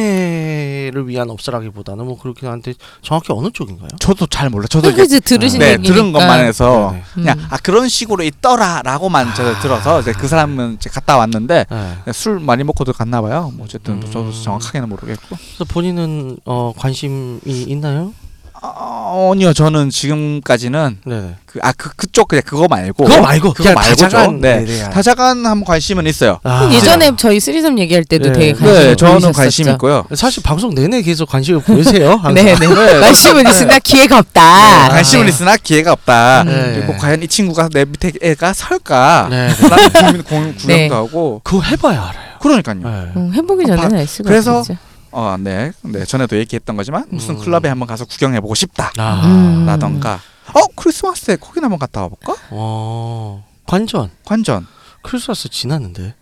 [SPEAKER 4] 성매매를 위한 업소라기보다는 뭐 그렇긴 한데 정확히 어느 쪽인가요?
[SPEAKER 2] 저도 잘 몰라. 저도 이게
[SPEAKER 3] 그지 들으신
[SPEAKER 2] 네
[SPEAKER 3] 얘기니까.
[SPEAKER 2] 들은 것만 해서
[SPEAKER 4] 네. 아.
[SPEAKER 2] 그냥
[SPEAKER 3] 음.
[SPEAKER 2] 아 그런 식으로 있더라라고만 제가 들어서 이제 그 사람은 이제 갔다 왔는데
[SPEAKER 4] 네.
[SPEAKER 2] 술 많이 먹고도 갔나 봐요. 뭐 어쨌든
[SPEAKER 4] 음.
[SPEAKER 2] 저도 정확하게는 모르겠고.
[SPEAKER 4] 그래서 본인은 어, 관심이 있나요?
[SPEAKER 2] 어, 아니요 저는 지금까지는
[SPEAKER 4] 네네.
[SPEAKER 2] 그, 아 그, 그쪽 그냥 그거 말고
[SPEAKER 4] 그거 말고
[SPEAKER 2] 그거
[SPEAKER 4] 그냥
[SPEAKER 2] 말고죠.
[SPEAKER 4] 다자간
[SPEAKER 2] 네.
[SPEAKER 4] 대해야.
[SPEAKER 2] 타자간 한 관심은 있어요.
[SPEAKER 4] 아,
[SPEAKER 3] 음, 예전에 저희 쓰리섬 얘기할
[SPEAKER 4] 네.
[SPEAKER 3] 때도 되게 관심
[SPEAKER 2] 네, 저는
[SPEAKER 3] 보이셨었죠.
[SPEAKER 2] 관심 있고요.
[SPEAKER 4] 사실 방송 내내 계속 관심을 보이세요. 항상.
[SPEAKER 3] 네, 네. 관심은 있으나 기회가 없다.
[SPEAKER 2] 아, 음. 관심은 있으나 기회가 없다.
[SPEAKER 4] 네.
[SPEAKER 2] 그리고 과연 이 친구가 내 밑에 애가 설까?
[SPEAKER 4] 네.
[SPEAKER 2] 라는 고민 고민- 구경도
[SPEAKER 3] 네.
[SPEAKER 2] 하고
[SPEAKER 4] 그거 해봐야 알아요.
[SPEAKER 2] 그러니까요.
[SPEAKER 4] 네.
[SPEAKER 3] 음, 해보기 전에는 알 수가
[SPEAKER 2] 그래서
[SPEAKER 3] 없죠.
[SPEAKER 2] 어, 네. 네, 전에도 얘기했던 거지만 무슨
[SPEAKER 4] 음.
[SPEAKER 2] 클럽에 한번 가서 구경해 보고 싶다.
[SPEAKER 4] 아,
[SPEAKER 3] 음.
[SPEAKER 2] 라던가. 어, 크리스마스에 거기 한번 갔다 와 볼까?
[SPEAKER 4] 어, 관전.
[SPEAKER 2] 관전.
[SPEAKER 4] 크리스마스 지났는데.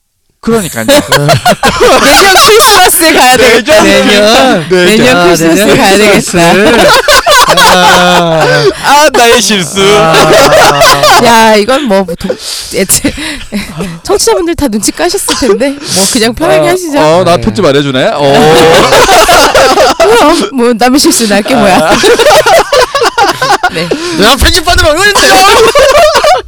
[SPEAKER 2] 그러니까요.
[SPEAKER 3] 내년 크리스마스에 가야 되겠다. 내년
[SPEAKER 2] 네,
[SPEAKER 3] 내년 크리스마스에 가야 되겠다.
[SPEAKER 2] 아, 나의 실수.
[SPEAKER 3] 야 이건 뭐 보통 애체
[SPEAKER 2] 아.
[SPEAKER 3] 청취자분들 다 눈치 까셨을 텐데 뭐 그냥 편하게 하시죠.
[SPEAKER 2] 어, 나 편집 안 해주네. 어.
[SPEAKER 3] 그럼 뭐 남의 실수 날게
[SPEAKER 2] 아.
[SPEAKER 3] 뭐야. 네.
[SPEAKER 4] 내가 편집 받으러 오는데.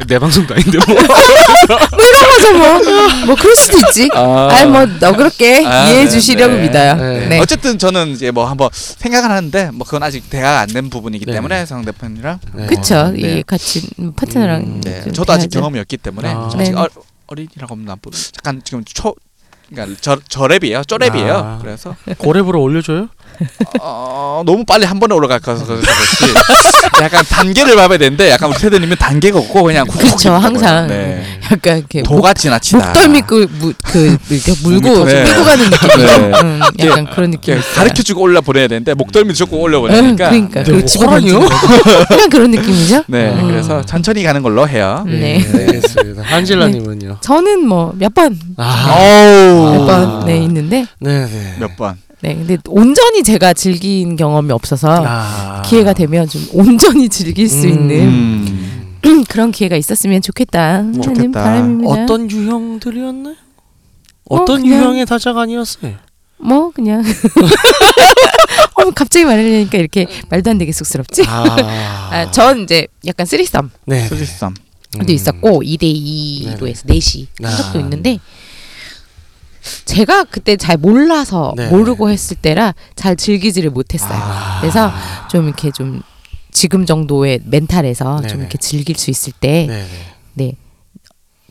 [SPEAKER 7] 내 방송도 아닌데 뭐.
[SPEAKER 3] 뭐 이런 거죠 뭐. 뭐 그럴 수도 있지.
[SPEAKER 2] 아.
[SPEAKER 3] 아, 뭐 너그럽게
[SPEAKER 2] 아,
[SPEAKER 3] 이해해
[SPEAKER 2] 네,
[SPEAKER 3] 주시려고
[SPEAKER 2] 네.
[SPEAKER 3] 믿어요.
[SPEAKER 4] 네.
[SPEAKER 3] 네.
[SPEAKER 2] 어쨌든 저는 이제 뭐 한번 생각을 하는데 뭐 그건 아직 대화가 안 된 부분이기
[SPEAKER 4] 네.
[SPEAKER 2] 때문에 상대편이랑
[SPEAKER 3] 그쵸.
[SPEAKER 2] 네.
[SPEAKER 3] 이 같이 뭐 파트너랑
[SPEAKER 4] 음,
[SPEAKER 2] 네.
[SPEAKER 3] 좀
[SPEAKER 2] 저도 아직
[SPEAKER 3] 해야죠.
[SPEAKER 2] 경험이 없기 때문에
[SPEAKER 4] 아.
[SPEAKER 2] 저 아직
[SPEAKER 3] 네.
[SPEAKER 2] 어, 어린이라고 하면 나쁘 잠깐 지금 초 그러니까 저, 저 랩이에요 저 랩이에요
[SPEAKER 4] 아.
[SPEAKER 2] 그래서
[SPEAKER 4] 고랩으로 올려줘요?
[SPEAKER 2] 어, 너무 빨리 한 번에 올라갈 거라서 그래서 그렇지 약간 단계를 밟아야 되는데 약간 우리 세대님은 단계가 없고 그냥 훅훅
[SPEAKER 3] 그쵸,
[SPEAKER 2] 있는 거예요.
[SPEAKER 3] 항상.
[SPEAKER 2] 네.
[SPEAKER 3] 약간 이렇게
[SPEAKER 2] 도가 지나치다
[SPEAKER 3] 목덜미 그, 무, 그 이렇게 물고
[SPEAKER 2] 네.
[SPEAKER 3] 밀고 가는 느낌.
[SPEAKER 2] 네.
[SPEAKER 3] 음, 약간 그런 느낌.
[SPEAKER 2] 가르쳐주고 올라 보내야 되는데 목덜미 조금 올려
[SPEAKER 3] 응,
[SPEAKER 2] 보내니까
[SPEAKER 3] 그러니까 그
[SPEAKER 4] 호랑이요?
[SPEAKER 3] 약간 그런 느낌이죠.
[SPEAKER 2] 네
[SPEAKER 4] 아.
[SPEAKER 2] 그래서 천천히 가는 걸로 해요
[SPEAKER 3] 네.
[SPEAKER 4] 알겠습니다. 한질라님은요.
[SPEAKER 3] 저는 뭐 몇 번 몇
[SPEAKER 4] 아,
[SPEAKER 2] 어우
[SPEAKER 4] 아.
[SPEAKER 3] 번, 네, 있는데,
[SPEAKER 4] 네네.
[SPEAKER 2] 몇번
[SPEAKER 3] 네, 근데 온전히 제가 즐긴 경험이 없어서
[SPEAKER 4] 아.
[SPEAKER 3] 기회가 되면 좀 온전히 즐길 수
[SPEAKER 4] 음.
[SPEAKER 3] 있는
[SPEAKER 2] 음.
[SPEAKER 3] 그런 기회가 있었으면 좋겠다. 하는
[SPEAKER 2] 좋겠다.
[SPEAKER 3] 바람입니다.
[SPEAKER 4] 어떤 유형들이었나요? 어떤
[SPEAKER 3] 그냥-
[SPEAKER 4] 유형의 다자간이었어요?
[SPEAKER 3] 뭐 그냥 어, 갑자기 말하려니까 이렇게 말도 안 되게 쑥스럽지?
[SPEAKER 4] 아,
[SPEAKER 3] 아, 전 이제 약간 쓰리썸도
[SPEAKER 4] 네.
[SPEAKER 2] 소지쌈
[SPEAKER 3] 있었고 2대2로
[SPEAKER 4] 네네.
[SPEAKER 3] 해서 4시
[SPEAKER 4] 아.
[SPEAKER 3] 한 적도 있는데 제가 그때 잘 몰라서
[SPEAKER 4] 네.
[SPEAKER 3] 모르고 했을 때라 잘 즐기지를 못했어요.
[SPEAKER 2] 아.
[SPEAKER 3] 그래서 좀 이렇게 좀 지금 정도의 멘탈에서 좀
[SPEAKER 4] 네네.
[SPEAKER 3] 이렇게 즐길 수 있을 때
[SPEAKER 4] 네.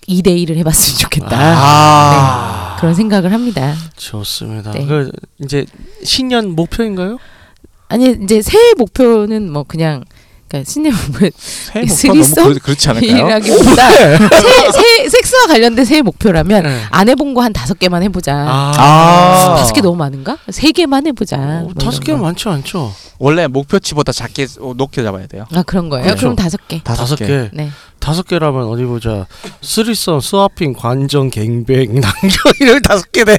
[SPEAKER 3] 2대1을 해봤으면 좋겠다.
[SPEAKER 4] 아.
[SPEAKER 3] 그런 생각을 합니다.
[SPEAKER 4] 좋습니다.
[SPEAKER 3] 네.
[SPEAKER 4] 그 이제 신년 목표인가요?
[SPEAKER 3] 아니 이제 새해 목표는 뭐 그냥 그러니까 신의 목표
[SPEAKER 2] 새해 목표가
[SPEAKER 3] 이
[SPEAKER 2] 너무
[SPEAKER 3] 쓰리썸?
[SPEAKER 2] 그렇- 그렇지 않을까요? 어, 네.
[SPEAKER 3] 이라기보다 새, 새, 섹스와 관련된 새해 목표라면
[SPEAKER 4] 네.
[SPEAKER 3] 안 해본 거 한 다섯 개만 해보자.
[SPEAKER 2] 아.
[SPEAKER 3] 다섯 개 너무 많은가? 세 개만 해보자. 뭐
[SPEAKER 4] 어,
[SPEAKER 3] 이런
[SPEAKER 4] 다섯 개
[SPEAKER 3] 거.
[SPEAKER 4] 많지 않죠?
[SPEAKER 2] 원래 목표치보다 작게 어, 높게 잡아야 돼요.
[SPEAKER 3] 아 그런 거예요?
[SPEAKER 4] 그렇죠.
[SPEAKER 3] 그럼 다섯 개.
[SPEAKER 4] 다섯 개.
[SPEAKER 3] 네.
[SPEAKER 4] 다섯 개라면 어디 보자. 쓰리썸, 스와핑, 관전, 갱뱅, 난교 이런 다섯 개네.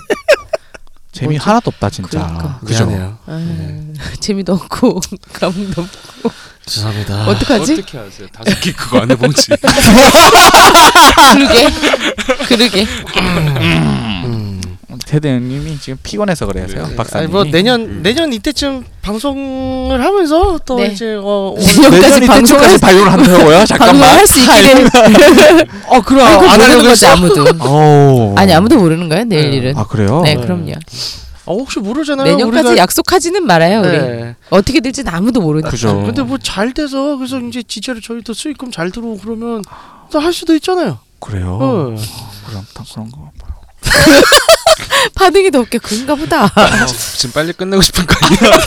[SPEAKER 2] 재미 하나도 없다 진짜.
[SPEAKER 3] 그러니까.
[SPEAKER 2] 그죠?
[SPEAKER 4] 미안해요.
[SPEAKER 3] 아, 재미도 없고 감도 없고
[SPEAKER 4] 죄송합니다.
[SPEAKER 3] 어떡하지?
[SPEAKER 7] 어떻게 아세요? 다섯 개 그거 안 해본지.
[SPEAKER 3] 그러게 그러게
[SPEAKER 4] 음.
[SPEAKER 2] 테드님이 지금 피곤해서 그래요,
[SPEAKER 7] 네.
[SPEAKER 2] 박사님.
[SPEAKER 4] 아니 뭐 내년 내년 이때쯤 방송을 하면서 또
[SPEAKER 3] 네.
[SPEAKER 4] 이제 어,
[SPEAKER 2] 네
[SPEAKER 3] 내년까지 방송을
[SPEAKER 2] 방송까지 방송을 한다고요? 잠깐만.
[SPEAKER 3] 방송할 수 있기를
[SPEAKER 4] 어 그럼 어.
[SPEAKER 3] 알고 모르는 거지 아무도.
[SPEAKER 2] 오.
[SPEAKER 3] 아니 아무도 모르는 거예요 내일
[SPEAKER 4] 네.
[SPEAKER 3] 일은.
[SPEAKER 2] 아 그래요?
[SPEAKER 3] 네 그럼요.
[SPEAKER 4] 어, 혹시 모르잖아요.
[SPEAKER 3] 내년까지
[SPEAKER 4] 우리가-
[SPEAKER 3] 약속하지는 말아요 우리.
[SPEAKER 4] 네.
[SPEAKER 3] 어떻게 될지는 아무도 모르니까.
[SPEAKER 2] 그죠.
[SPEAKER 4] 근데 뭐 잘 돼서 그래서 이제 지체를 저희도 수익금 잘 들어오고 그러면 또 할 수도 있잖아요.
[SPEAKER 2] 그래요.
[SPEAKER 4] 어.
[SPEAKER 2] 그럼 다 그런 거.
[SPEAKER 3] 반응이 더 웃겼군가 보다.
[SPEAKER 7] 지금 빨리 끝내고 싶은 거 아니야?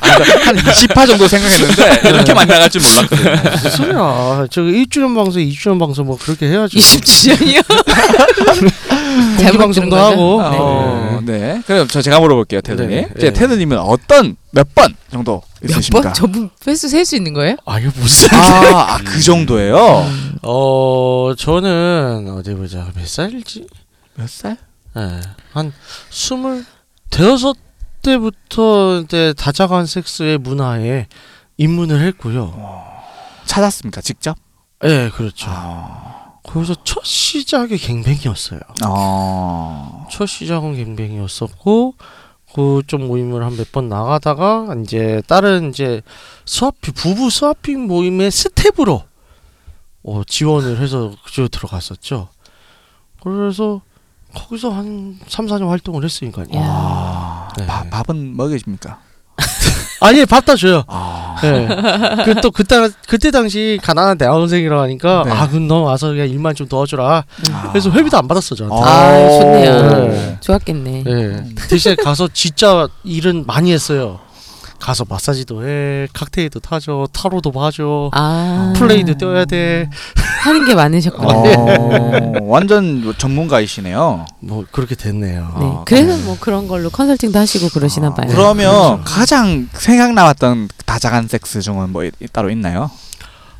[SPEAKER 2] 그러니까 한 20화 정도 생각했는데 이렇게 만나갈 줄 몰랐거든요.
[SPEAKER 4] 무슨 소리야. 저 1주년 방송, 2주년 방송 뭐 그렇게 해야죠.
[SPEAKER 3] 20주년이요?
[SPEAKER 4] 공개 방송도 하고.
[SPEAKER 2] 어, 네. 그럼 저 제가 물어볼게요, 테드님.
[SPEAKER 4] 네, 네.
[SPEAKER 2] 이제 테드님은 어떤 몇 번 정도 있으십니까?
[SPEAKER 3] 몇번 저분 횟수 셀 수 있는 거예요?
[SPEAKER 4] 아니 무슨?
[SPEAKER 2] 아, 아, 그 정도예요?
[SPEAKER 4] 어 저는 어디 보자 몇 살지?
[SPEAKER 2] 몇 살?
[SPEAKER 4] 예, 한 스물 대여섯 때부터 이제 다자간 섹스의 문화에 입문을 했고요.
[SPEAKER 2] 찾았습니까, 직접?
[SPEAKER 4] 예, 네, 그렇죠.
[SPEAKER 2] 아.
[SPEAKER 4] 거기서 첫 시작이 갱뱅이었어요.
[SPEAKER 2] 어.
[SPEAKER 4] 첫 시작은 갱뱅이었었고 그 좀 모임을 한 몇 번 나가다가 이제 다른 이제 스와핑 부부 스와핑 모임의 스텝으로 어, 지원을 해서 그쪽으로 들어갔었죠. 그래서 거기서 한 3, 4년 활동을 했으니까요.
[SPEAKER 3] 야.
[SPEAKER 4] 네.
[SPEAKER 2] 밥, 밥은 먹여줍니까?
[SPEAKER 4] 아니 밥 다 줘요.
[SPEAKER 2] 아,
[SPEAKER 4] 네. 그또 그때 그때 당시 가난한 대학원생이라 하니까
[SPEAKER 2] 네.
[SPEAKER 4] 아 그럼 너 와서 그냥 일만 좀 도와줘라.
[SPEAKER 2] 아.
[SPEAKER 4] 음, 그래서 회비도 안 받았어 저한테.
[SPEAKER 3] 아, 좋네요.
[SPEAKER 4] 네.
[SPEAKER 3] 좋았겠네.
[SPEAKER 4] 네. 대신에 가서 진짜 일은 많이 했어요. 가서 마사지도 해, 칵테일도 타죠, 타로도 봐줘,
[SPEAKER 3] 아
[SPEAKER 4] 플레이도 뛰어야 돼.
[SPEAKER 3] 하는 게 많으셨구나.
[SPEAKER 2] 어, 완전 전문가이시네요.
[SPEAKER 4] 뭐 그렇게 아, 됐네요. 네.
[SPEAKER 3] 네. 그래서 뭐 그런 걸로 컨설팅도 하시고 그러시나
[SPEAKER 2] 아,
[SPEAKER 3] 봐요.
[SPEAKER 2] 그러면 가장 생각 나왔던 다자간 섹스 중은 뭐 이- 따로 있나요?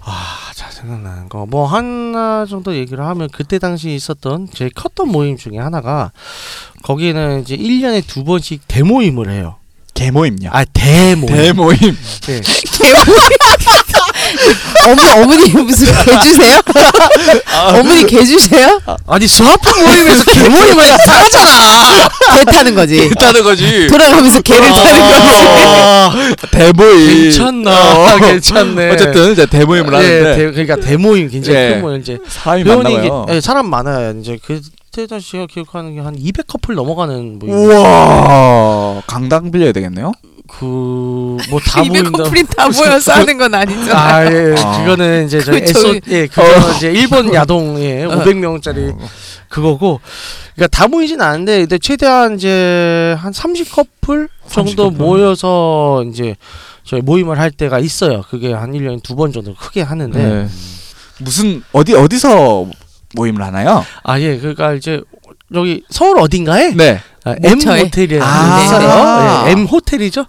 [SPEAKER 4] 아, 잘 생각나는 거. 뭐 하나 정도 얘기를 하면 그때 당시 있었던 제 컸던 모임 중에 하나가 거기는 이제 1년에 두 번씩 대모임을 해요.
[SPEAKER 2] 개모임요.
[SPEAKER 4] 아, 대모임.
[SPEAKER 2] 대모임.
[SPEAKER 4] 네.
[SPEAKER 3] 어머 어머니 무슨 개 주세요?
[SPEAKER 2] 아,
[SPEAKER 3] 어머니
[SPEAKER 2] 그
[SPEAKER 3] 개 주세요?
[SPEAKER 4] 아니, 수학부 모임에서 개모임을 하잖아.
[SPEAKER 3] 개 타는 거지.
[SPEAKER 2] 있다는 거지.
[SPEAKER 3] 돌아가면서 개를 타는 거지.
[SPEAKER 2] 어, 대모임.
[SPEAKER 4] 괜찮나? 괜찮네.
[SPEAKER 2] 어. 어쨌든 이제 대모임을 하는데
[SPEAKER 4] 네, 대, 그러니까 대모임 굉장히
[SPEAKER 2] 예.
[SPEAKER 4] 큰 모임 이제
[SPEAKER 2] 사람이
[SPEAKER 4] 회원이 이게-
[SPEAKER 2] 많나봐요.
[SPEAKER 4] 예, 사람 많아요. 이제 그때 당시가 기억하는 게 한 200커플 넘어가는 뭐 모임.
[SPEAKER 2] 우와 강당 빌려야 되겠네요.
[SPEAKER 4] 그뭐 다
[SPEAKER 3] 입에
[SPEAKER 4] 모인다.
[SPEAKER 3] 커플이 다 모여서 하는 건 아니죠.
[SPEAKER 4] 아, 예,
[SPEAKER 2] 아. 어.
[SPEAKER 4] 그거는 이제 저
[SPEAKER 3] 그
[SPEAKER 4] 에소,
[SPEAKER 3] 저기-
[SPEAKER 4] 예, 그거 이제 일본 야동의 500명짜리 그거고, 그러니까 다 모이진 않은데, 근데 최대한 이제 한 30커플 정도
[SPEAKER 2] 30 커플.
[SPEAKER 4] 모여서 이제 저희 모임을 할 때가 있어요. 그게 한 1년에 두 번 정도 크게 하는데,
[SPEAKER 2] 네. 무슨 어디 어디서 모임을 하나요?
[SPEAKER 4] 아, 예, 그러니까 이제 여기 서울 어딘가에
[SPEAKER 2] 네.
[SPEAKER 4] 아, M
[SPEAKER 3] 모처에.
[SPEAKER 4] 호텔이에요.
[SPEAKER 2] 아.
[SPEAKER 4] 네, M 호텔이죠.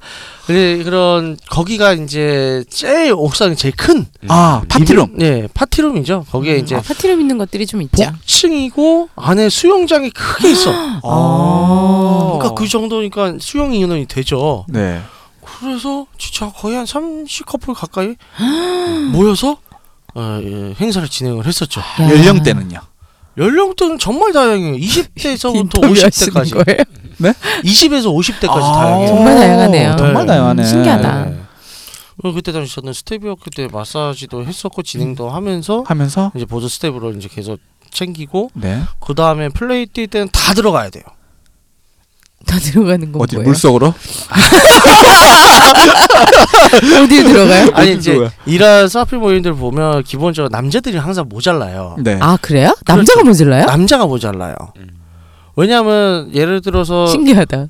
[SPEAKER 4] 그래, 그런 거기가 이제 제일 옥상이 제일 큰
[SPEAKER 3] 음.
[SPEAKER 2] 아 파티룸.
[SPEAKER 4] 예, 파티룸이죠. 거기에 이제 뭐?
[SPEAKER 3] 아, 파티룸 있는 것들이 좀 있죠.
[SPEAKER 4] 복층이고 안에 수영장이 크게 있어.
[SPEAKER 2] 아.
[SPEAKER 4] 그러니까 그 정도니까 수영 인원이 되죠.
[SPEAKER 2] 네.
[SPEAKER 4] 그래서 진짜 거의 한 30커플 가까이 모여서 어, 예, 행사를 진행을 했었죠.
[SPEAKER 3] 야.
[SPEAKER 2] 연령대는요.
[SPEAKER 4] 연령대는 정말 다양해요. 20대에서부터
[SPEAKER 3] 인터뷰 하시는
[SPEAKER 4] 50대까지.
[SPEAKER 3] 거예요?
[SPEAKER 4] 20에서 50대까지
[SPEAKER 2] 아.
[SPEAKER 4] 다양해요.
[SPEAKER 3] 정말 다양하네요.
[SPEAKER 2] 정말
[SPEAKER 4] 네.
[SPEAKER 2] 다양하네.
[SPEAKER 3] 신기하다.
[SPEAKER 4] 네. 어, 그때 당시 저는 스텝이었기 때문에 마사지도 했었고 진행도 하면서
[SPEAKER 2] 하면서
[SPEAKER 4] 이제 보조 스텝으로 이제 계속 챙기고
[SPEAKER 2] 네.
[SPEAKER 4] 그 다음에 플레이 뛸 때는 다 들어가야 돼요.
[SPEAKER 3] 다 들어가는 건
[SPEAKER 2] 어디
[SPEAKER 3] 뭐예요?
[SPEAKER 2] 물속으로?
[SPEAKER 3] 어디 들어가요?
[SPEAKER 4] 아니 이제
[SPEAKER 2] 뭐야?
[SPEAKER 4] 이런 사필 모임들 보면 기본적으로 남자들이 항상 모자라요.
[SPEAKER 2] 네.
[SPEAKER 3] 아 그래요? 남자가
[SPEAKER 4] 그렇죠.
[SPEAKER 3] 모질라요?
[SPEAKER 4] 남자가 모자라요. 왜냐하면 예를 들어서
[SPEAKER 3] 신기하다.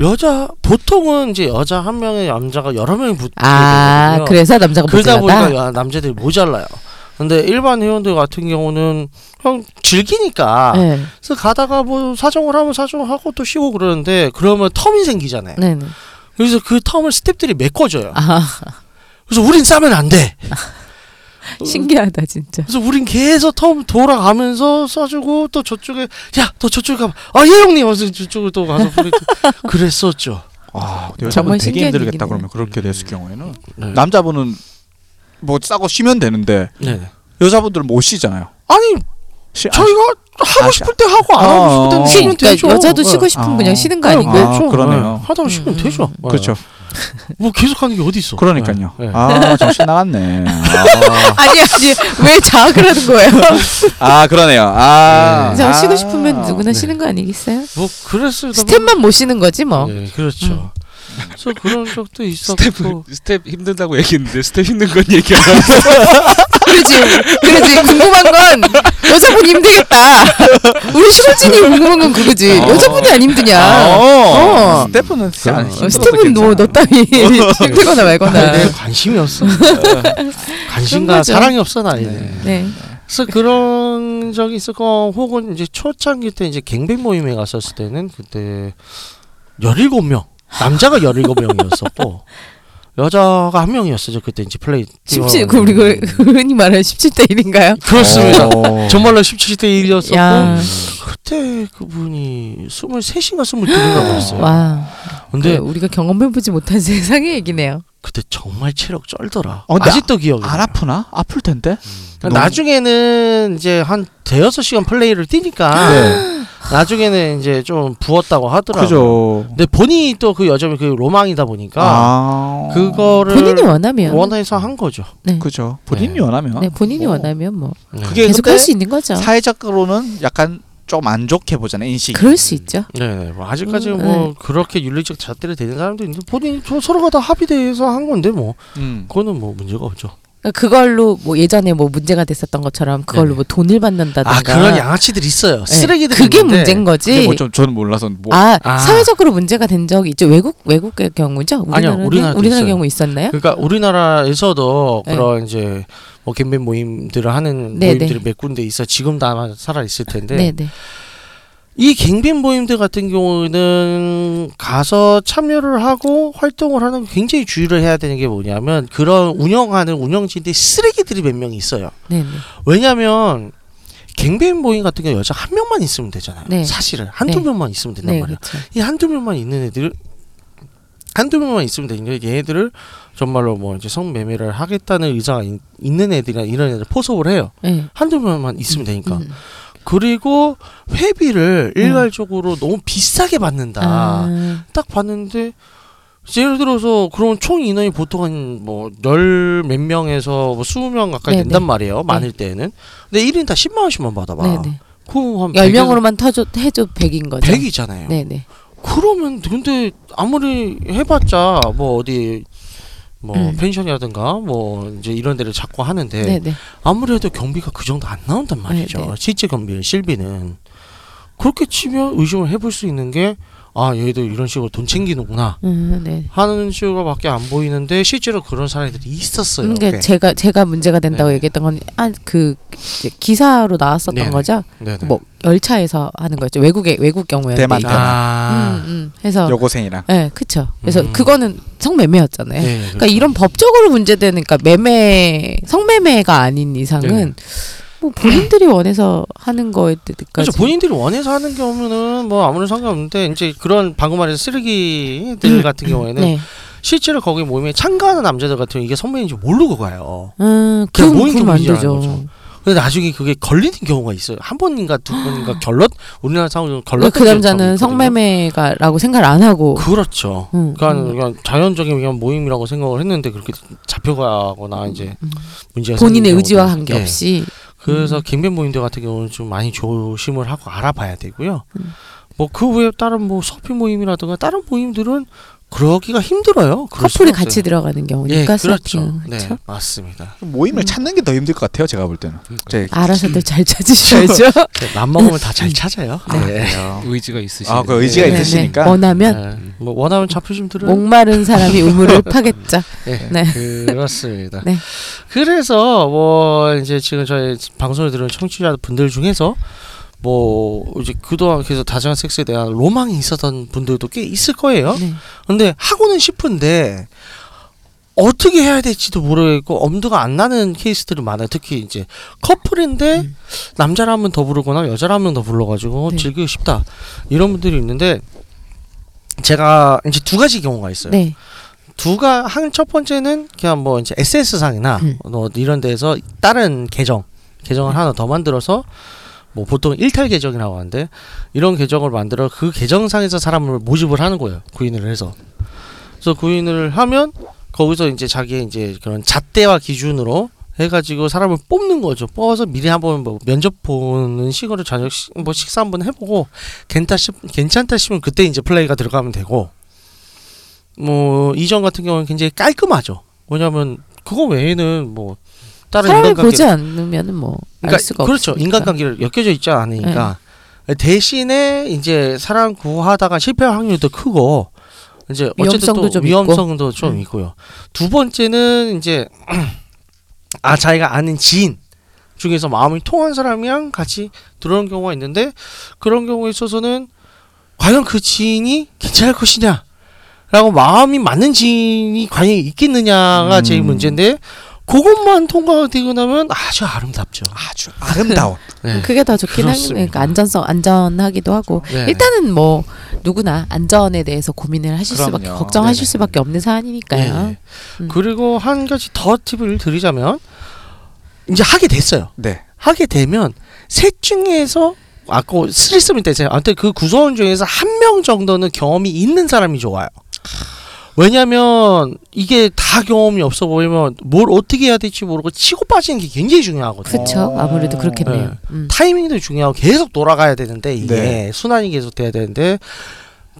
[SPEAKER 4] 여자 보통은 이제 여자 한 명에 남자가 여러 명이 붙게
[SPEAKER 3] 아
[SPEAKER 4] 되거든요.
[SPEAKER 3] 그래서 남자가
[SPEAKER 4] 그러다 보니까
[SPEAKER 3] 모질라다.
[SPEAKER 4] 야, 남자들이 모자라요. 근데 일반 회원들 같은 경우는 그냥 즐기니까
[SPEAKER 3] 네,
[SPEAKER 4] 그래서 가다가 뭐 사정을 하면 사정하고 또 쉬고 그러는데 그러면 텀이 생기잖아요.
[SPEAKER 3] 네, 네.
[SPEAKER 4] 그래서 그 텀을 스탭들이 메꿔줘요.
[SPEAKER 3] 아
[SPEAKER 4] 그래서 우린 싸면 안 돼.
[SPEAKER 3] 신기하다 진짜.
[SPEAKER 4] 그래서 우린 계속 텀 돌아가면서 써주고 또 저쪽에 야 너 저쪽에 가봐 아예 형님 와서 저쪽으로 또 가서 보내 그랬었죠
[SPEAKER 2] 아, 여자분
[SPEAKER 3] 정말
[SPEAKER 2] 되게
[SPEAKER 3] 신기한
[SPEAKER 2] 힘들겠다
[SPEAKER 3] 얘기네요.
[SPEAKER 2] 그러면 그렇게 됐을 경우에는
[SPEAKER 4] 네.
[SPEAKER 2] 남자분은 뭐 싸고 쉬면 되는데
[SPEAKER 4] 네
[SPEAKER 2] 여자분들은 못 쉬잖아요.
[SPEAKER 4] 아니
[SPEAKER 2] 쉬,
[SPEAKER 4] 저희가 하고
[SPEAKER 2] 아,
[SPEAKER 4] 싶을 때 하고 안
[SPEAKER 2] 아,
[SPEAKER 4] 하고 싶을
[SPEAKER 2] 어.
[SPEAKER 4] 때 쉬면
[SPEAKER 3] 그러니까
[SPEAKER 4] 되죠
[SPEAKER 3] 여자도
[SPEAKER 4] 네.
[SPEAKER 3] 쉬고 싶으면
[SPEAKER 2] 아.
[SPEAKER 3] 그냥 쉬는 거
[SPEAKER 4] 네,
[SPEAKER 3] 아닌가요?
[SPEAKER 2] 아, 그러네요.
[SPEAKER 4] 네. 하다가 쉬면
[SPEAKER 3] 음.
[SPEAKER 4] 되죠
[SPEAKER 3] 음.
[SPEAKER 4] 네.
[SPEAKER 2] 그렇죠.
[SPEAKER 4] 뭐 계속 하는 게 어디 있어
[SPEAKER 2] 그러니까요.
[SPEAKER 4] 네. 네.
[SPEAKER 2] 아 정신 나갔네.
[SPEAKER 3] 아니 아니 왜 자학을 하는 거예요?
[SPEAKER 2] 아, 아 그러네요. 아,
[SPEAKER 3] 자
[SPEAKER 2] 아.
[SPEAKER 3] 쉬고 싶으면
[SPEAKER 4] 네.
[SPEAKER 3] 누구나 쉬는 거 아니겠어요?
[SPEAKER 4] 뭐 그랬을 때
[SPEAKER 3] 스텝만 못 쉬는 거지
[SPEAKER 2] 아.
[SPEAKER 3] 뭐.
[SPEAKER 4] 네, 그렇죠
[SPEAKER 2] 음.
[SPEAKER 4] 그래서 그런 적도 있었고
[SPEAKER 7] 스텝 스텝 힘들다고 얘기했는데 스텝 힘든 건 얘기 안 하고
[SPEAKER 3] 그렇지 그렇지 궁금한 건 여자분이 힘들겠다. 우리 수로진이 궁금한 건 그거지
[SPEAKER 2] 어.
[SPEAKER 3] 여자분이 안 힘드냐?
[SPEAKER 2] 어.
[SPEAKER 3] 어.
[SPEAKER 2] 스테프는 진짜 안
[SPEAKER 7] 그럼.
[SPEAKER 3] 어,
[SPEAKER 2] 힘들어서
[SPEAKER 3] 스텝은 뭐
[SPEAKER 2] 괜찮아.
[SPEAKER 3] 너 따위 힘들거나 말거나.
[SPEAKER 4] 내 관심이 없어
[SPEAKER 3] 네. 그런
[SPEAKER 4] 관심과
[SPEAKER 3] 거죠.
[SPEAKER 4] 사랑이 없어 나에는
[SPEAKER 3] 네.
[SPEAKER 4] 그래서 그런 적이 있었고 혹은 이제 초창기 때 이제 갱백 모임에 갔었을 때는 그때 17명 남자가 17명이었었고 여자가 한 명이었어요. 그때 이제 플레이
[SPEAKER 3] 17, 그 우리 그 흔히 말하는 17대 1인가요?
[SPEAKER 4] 그렇습니다.
[SPEAKER 2] 어.
[SPEAKER 4] 정말로 17대 1이었었고
[SPEAKER 3] 야,
[SPEAKER 4] 그때 그분이 23인가 22인가 그랬어요.
[SPEAKER 3] 와.
[SPEAKER 4] 네. 근데
[SPEAKER 3] 그 우리가 경험해보지 못한 세상의 얘기네요.
[SPEAKER 4] 그때 정말 체력 쩔더라.
[SPEAKER 2] 어, 근데
[SPEAKER 4] 아직도 기억이
[SPEAKER 2] 안
[SPEAKER 4] 나요.
[SPEAKER 2] 아프나? 아플 텐데.
[SPEAKER 4] 그러니까 나중에는 이제 한 대여섯 시간 플레이를 뛰니까
[SPEAKER 2] 네.
[SPEAKER 4] 나중에는 이제 좀 부었다고 하더라고요.
[SPEAKER 2] 그죠.
[SPEAKER 4] 근데 본인이 또 그 여자분이 그 로망이다 보니까
[SPEAKER 2] 아.
[SPEAKER 4] 그거를
[SPEAKER 3] 본인이 원하면.
[SPEAKER 4] 음. 원해서 한 거죠.
[SPEAKER 2] 그죠. 본인이
[SPEAKER 4] 네.
[SPEAKER 2] 원하면.
[SPEAKER 4] 어.
[SPEAKER 3] 네, 본인이
[SPEAKER 2] 뭐.
[SPEAKER 3] 원하면 뭐.
[SPEAKER 4] 네.
[SPEAKER 2] 그게
[SPEAKER 3] 계속
[SPEAKER 2] 근데
[SPEAKER 3] 할 수 있는 거죠.
[SPEAKER 2] 사회적으로는 약간 좀 안 좋게 보잖아요 인식이.
[SPEAKER 3] 그럴 수 있죠.
[SPEAKER 4] 네, 뭐 아직까지
[SPEAKER 3] 음,
[SPEAKER 4] 뭐 그렇게 윤리적 잣대를 대는 사람도 있는데 본인 저 서로가 다 합의돼서 한 건데 뭐
[SPEAKER 2] 음.
[SPEAKER 4] 그거는 뭐 문제가 없죠.
[SPEAKER 3] 그러니까 그걸로 뭐 예전에 뭐 문제가 됐었던 것처럼 그걸로
[SPEAKER 4] 네네.
[SPEAKER 3] 뭐 돈을 받는다든가
[SPEAKER 4] 아 그런 양아치들이 있어요.
[SPEAKER 3] 네.
[SPEAKER 4] 쓰레기들
[SPEAKER 3] 그게
[SPEAKER 4] 있는데
[SPEAKER 3] 문제인 거지.
[SPEAKER 2] 근데 뭐좀 저는 몰라서 뭐
[SPEAKER 3] 아,
[SPEAKER 4] 아.
[SPEAKER 3] 사회적으로 문제가 된 적이 있죠. 외국 외국의 경우죠.
[SPEAKER 4] 아니요,
[SPEAKER 3] 우리나라는?
[SPEAKER 4] 우리나라도
[SPEAKER 3] 우리나라
[SPEAKER 4] 있어요.
[SPEAKER 3] 경우 있었나요?
[SPEAKER 4] 그러니까 우리나라에서도
[SPEAKER 3] 네.
[SPEAKER 4] 그런 이제 뭐 캠페인 모임들을 하는
[SPEAKER 3] 네,
[SPEAKER 4] 모임들이
[SPEAKER 3] 네.
[SPEAKER 4] 몇 군데 있어 지금도 아마 살아 있을 텐데
[SPEAKER 3] 네, 네.
[SPEAKER 4] 이 갱빈 모임들 같은 경우는 가서 참여를 하고 활동을 하는 거 굉장히 주의를 해야 되는 게 뭐냐면 그런 운영하는 운영진들이 쓰레기들이 몇 명 있어요.
[SPEAKER 3] 네, 네.
[SPEAKER 4] 왜냐하면 갱빈 모임 같은 경우 여자 한 명만 있으면 되잖아요.
[SPEAKER 3] 네.
[SPEAKER 4] 사실은 한두
[SPEAKER 3] 네.
[SPEAKER 4] 명만 있으면 된단
[SPEAKER 3] 네,
[SPEAKER 4] 말이에요.
[SPEAKER 3] 그렇죠.
[SPEAKER 4] 이 한두 명만 있는 애들을 한두 명만 있으면 되니까 얘네들을 정말로 뭐 이제 성매매를 하겠다는 의사가 있, 있는 애들이나 이런 애들 포섭을 해요.
[SPEAKER 3] 네.
[SPEAKER 4] 한두 명만 있으면 되니까.
[SPEAKER 3] 음.
[SPEAKER 4] 그리고 회비를 일괄적으로 너무 비싸게 받는다.
[SPEAKER 3] 아.
[SPEAKER 4] 딱 봤는데 예를 들어서 그런 총 인원이 보통 한뭐열 몇 명에서 뭐 스무 명 가까이
[SPEAKER 3] 네네.
[SPEAKER 4] 된단 말이에요. 많을 때에는. 근데 1인 다 10만 원씩만 받아봐.
[SPEAKER 3] 네, 네.
[SPEAKER 4] 그한
[SPEAKER 3] 10명으로만 터줘 해줘 100인 거죠.
[SPEAKER 4] 100이잖아요.
[SPEAKER 3] 네, 네.
[SPEAKER 4] 그러면 근데 아무리 해봤자 뭐 어디 뭐
[SPEAKER 3] 음.
[SPEAKER 4] 펜션이라든가 뭐 이제 이런 데를 자꾸 하는데
[SPEAKER 3] 네, 네.
[SPEAKER 4] 아무리 해도 경비가 그 정도 안 나온단 말이죠.
[SPEAKER 3] 네, 네.
[SPEAKER 4] 실제 경비는 실비는 그렇게 치면 의심을 해볼 수 있는 게 아 얘도 이런 식으로 돈 챙기는구나
[SPEAKER 3] 음, 네.
[SPEAKER 4] 하는 식으로밖에 안 보이는데 실제로 그런 사람들이 있었어요. 네.
[SPEAKER 3] 그러니까
[SPEAKER 4] 꽤.
[SPEAKER 3] 제가 제가 문제가 된다고 얘기했던 건아그 기사로 나왔었던
[SPEAKER 4] 네, 네.
[SPEAKER 3] 거죠.
[SPEAKER 4] 네네.
[SPEAKER 3] 뭐 열차에서 하는 거였죠. 외국의 외국 경우였는데.
[SPEAKER 2] 대만,
[SPEAKER 3] 이거.
[SPEAKER 4] 아,
[SPEAKER 3] 음, 음. 해서
[SPEAKER 2] 여고생이랑
[SPEAKER 3] 예, 네, 그렇죠. 그래서
[SPEAKER 4] 음.
[SPEAKER 3] 그거는 성매매였잖아요.
[SPEAKER 4] 네,
[SPEAKER 3] 그러니까 이런 법적으로 문제되니까 매매 성매매가 아닌 이상은
[SPEAKER 4] 네.
[SPEAKER 3] 뭐 본인들이 원해서 하는 거에
[SPEAKER 4] 그렇죠.
[SPEAKER 3] 때까지
[SPEAKER 4] 본인들이 원해서 하는 경우는 뭐 아무런 상관없는데 이제 그런 방금 말해서 쓰레기들 같은 경우에는
[SPEAKER 3] 네.
[SPEAKER 4] 실제로 거기 모임에 참가하는 남자들 같은 경우 이게 선배인지 모르고 가요.
[SPEAKER 3] 음,
[SPEAKER 4] 그냥
[SPEAKER 3] 그건
[SPEAKER 4] 모인 그렇죠.
[SPEAKER 3] 그러면 안
[SPEAKER 4] 경비제라는
[SPEAKER 3] 되죠.
[SPEAKER 4] 거죠. 근데 나중에 그게 걸리는 경우가 있어요. 한 번인가 두 번인가 결론 우리나라 상황은
[SPEAKER 3] 그러니까
[SPEAKER 4] 결론.
[SPEAKER 3] 그 남자는 성매매가라고 생각을 안 하고
[SPEAKER 4] 그렇죠.
[SPEAKER 3] 음,
[SPEAKER 4] 그러니까
[SPEAKER 3] 음.
[SPEAKER 4] 그냥 자연적인 그냥 모임이라고 생각을 했는데 그렇게 잡혀가거나 이제
[SPEAKER 3] 음.
[SPEAKER 4] 문제가
[SPEAKER 3] 본인의
[SPEAKER 4] 생기는
[SPEAKER 3] 의지와
[SPEAKER 4] 경우도
[SPEAKER 3] 관계
[SPEAKER 4] 있- 예.
[SPEAKER 3] 없이 음.
[SPEAKER 4] 그래서 갱변 모임들 같은 경우는 좀 많이 조심을 하고 알아봐야 되고요.
[SPEAKER 3] 음.
[SPEAKER 4] 뭐 그 외에 다른 뭐 서피 모임이라든가 다른 모임들은 그러기가 힘들어요. 그럴
[SPEAKER 3] 커플이
[SPEAKER 4] 수가
[SPEAKER 3] 같이
[SPEAKER 4] 없어요.
[SPEAKER 3] 들어가는 경우니까
[SPEAKER 4] 예,
[SPEAKER 3] 서핑,
[SPEAKER 4] 그렇죠.
[SPEAKER 3] 그렇죠?
[SPEAKER 4] 네, 맞습니다.
[SPEAKER 2] 모임을
[SPEAKER 3] 음.
[SPEAKER 2] 찾는 게 더 힘들 것 같아요 제가 볼 때는. 제
[SPEAKER 3] 알아서들
[SPEAKER 4] 음.
[SPEAKER 3] 잘 찾으셔야죠.
[SPEAKER 4] 네, 맘먹으면 다 잘 찾아요. 네.
[SPEAKER 7] 의지가 있으신.
[SPEAKER 2] 아, 그 의지가
[SPEAKER 3] 네, 네.
[SPEAKER 2] 있으시니까.
[SPEAKER 3] 원하면
[SPEAKER 4] 네. 뭐 원하면 잡표 좀 들어요.
[SPEAKER 3] 목마른 사람이 우물을 파겠죠.
[SPEAKER 4] 예,
[SPEAKER 3] 네.
[SPEAKER 4] 그렇습니다.
[SPEAKER 3] 네.
[SPEAKER 4] 그래서 뭐 이제 지금 저희 방송을 들은 청취자분들 중에서 뭐 이제 그동안 계속 다정한 섹스에 대한 로망이 있었던 분들도 꽤 있을 거예요.
[SPEAKER 3] 네.
[SPEAKER 4] 근데 하고는 싶은데 어떻게 해야 될지도 모르겠고 엄두가 안 나는 케이스들이 많아요. 특히 이제 커플인데 남자를 한 명 더 부르거나 여자를 한 명 더 불러가지고
[SPEAKER 3] 음. 네.
[SPEAKER 4] 즐기고 싶다 이런 분들이 있는데 제가 이제 두 가지 경우가 있어요.
[SPEAKER 3] 네.
[SPEAKER 4] 두가 한 첫 번째는 그냥 뭐 이제 SS 상이나
[SPEAKER 3] 음.
[SPEAKER 4] 뭐 이런 데서 다른 계정 계정을 하나 더 만들어서 뭐 보통 일탈 계정이라고 하는데 이런 계정을 만들어 그 계정상에서 사람을 모집을 하는 거예요 구인을 해서 그래서 구인을 하면 거기서 이제 자기의 이제 그런 잣대와 기준으로 해가지고 사람을 뽑는 거죠 뽑아서 미리 한번 뭐 면접 보는 식으로 저녁 식- 뭐 식사 한번 해보고 괜찮다 싶 괜찮다 싶으면 그때 이제 플레이가 들어가면 되고 뭐 이전 같은 경우는 굉장히 깔끔하죠. 왜냐면 그거 외에는 뭐 다른
[SPEAKER 3] 사람을 보지
[SPEAKER 4] 인간관계
[SPEAKER 3] 않으면 뭐 알 수가
[SPEAKER 4] 그렇죠.
[SPEAKER 3] 없으니까. 네.
[SPEAKER 4] 인간관계를 엮여져 있지 않으니까 대신에 이제 사람 구하다가 실패할 확률도 크고 이제 어쨌든
[SPEAKER 3] 위험성도
[SPEAKER 4] 또
[SPEAKER 3] 좀
[SPEAKER 4] 위험성도 좀
[SPEAKER 3] 음.
[SPEAKER 4] 있고요. 두 번째는 이제 아 자기가 아는 지인 중에서 마음이 통한 사람이랑 같이 들어오는 경우가 있는데 그런 경우에 있어서는 과연 그 지인이 괜찮을 것이냐 라고 마음이 맞는 지인이 과연 있겠느냐가 제일
[SPEAKER 2] 음.
[SPEAKER 4] 문제인데 그것만 통과되고 나면 아주 아름답죠.
[SPEAKER 2] 아주 아름다운.
[SPEAKER 4] 네.
[SPEAKER 3] 그게 더 좋긴 하네.
[SPEAKER 4] 그렇습니다.
[SPEAKER 3] 그러니까 안전성 안전하기도 하고
[SPEAKER 4] 네.
[SPEAKER 3] 일단은 뭐 누구나 안전에 대해서 고민을 하실
[SPEAKER 2] 그럼요.
[SPEAKER 3] 수밖에 걱정하실
[SPEAKER 4] 네네.
[SPEAKER 3] 수밖에 없는 사안이니까요.
[SPEAKER 4] 네.
[SPEAKER 3] 음.
[SPEAKER 4] 그리고 한 가지 더 팁을 드리자면 이제 하게 됐어요.
[SPEAKER 2] 네.
[SPEAKER 4] 하게 되면 셋 중에서 아까 스리썸이 됐어요. 아무튼 그 구성원 중에서 한 명 정도는 경험이 있는 사람이 좋아요. 왜냐면 이게 다 경험이 없어 보이면 뭘 어떻게 해야 될지 모르고 치고 빠지는 게 굉장히 중요하거든요.
[SPEAKER 3] 그쵸 아무래도 그렇겠네요.
[SPEAKER 4] 네.
[SPEAKER 3] 음.
[SPEAKER 4] 타이밍도 중요하고 계속 돌아가야 되는데 이게
[SPEAKER 2] 네.
[SPEAKER 4] 순환이 계속 돼야 되는데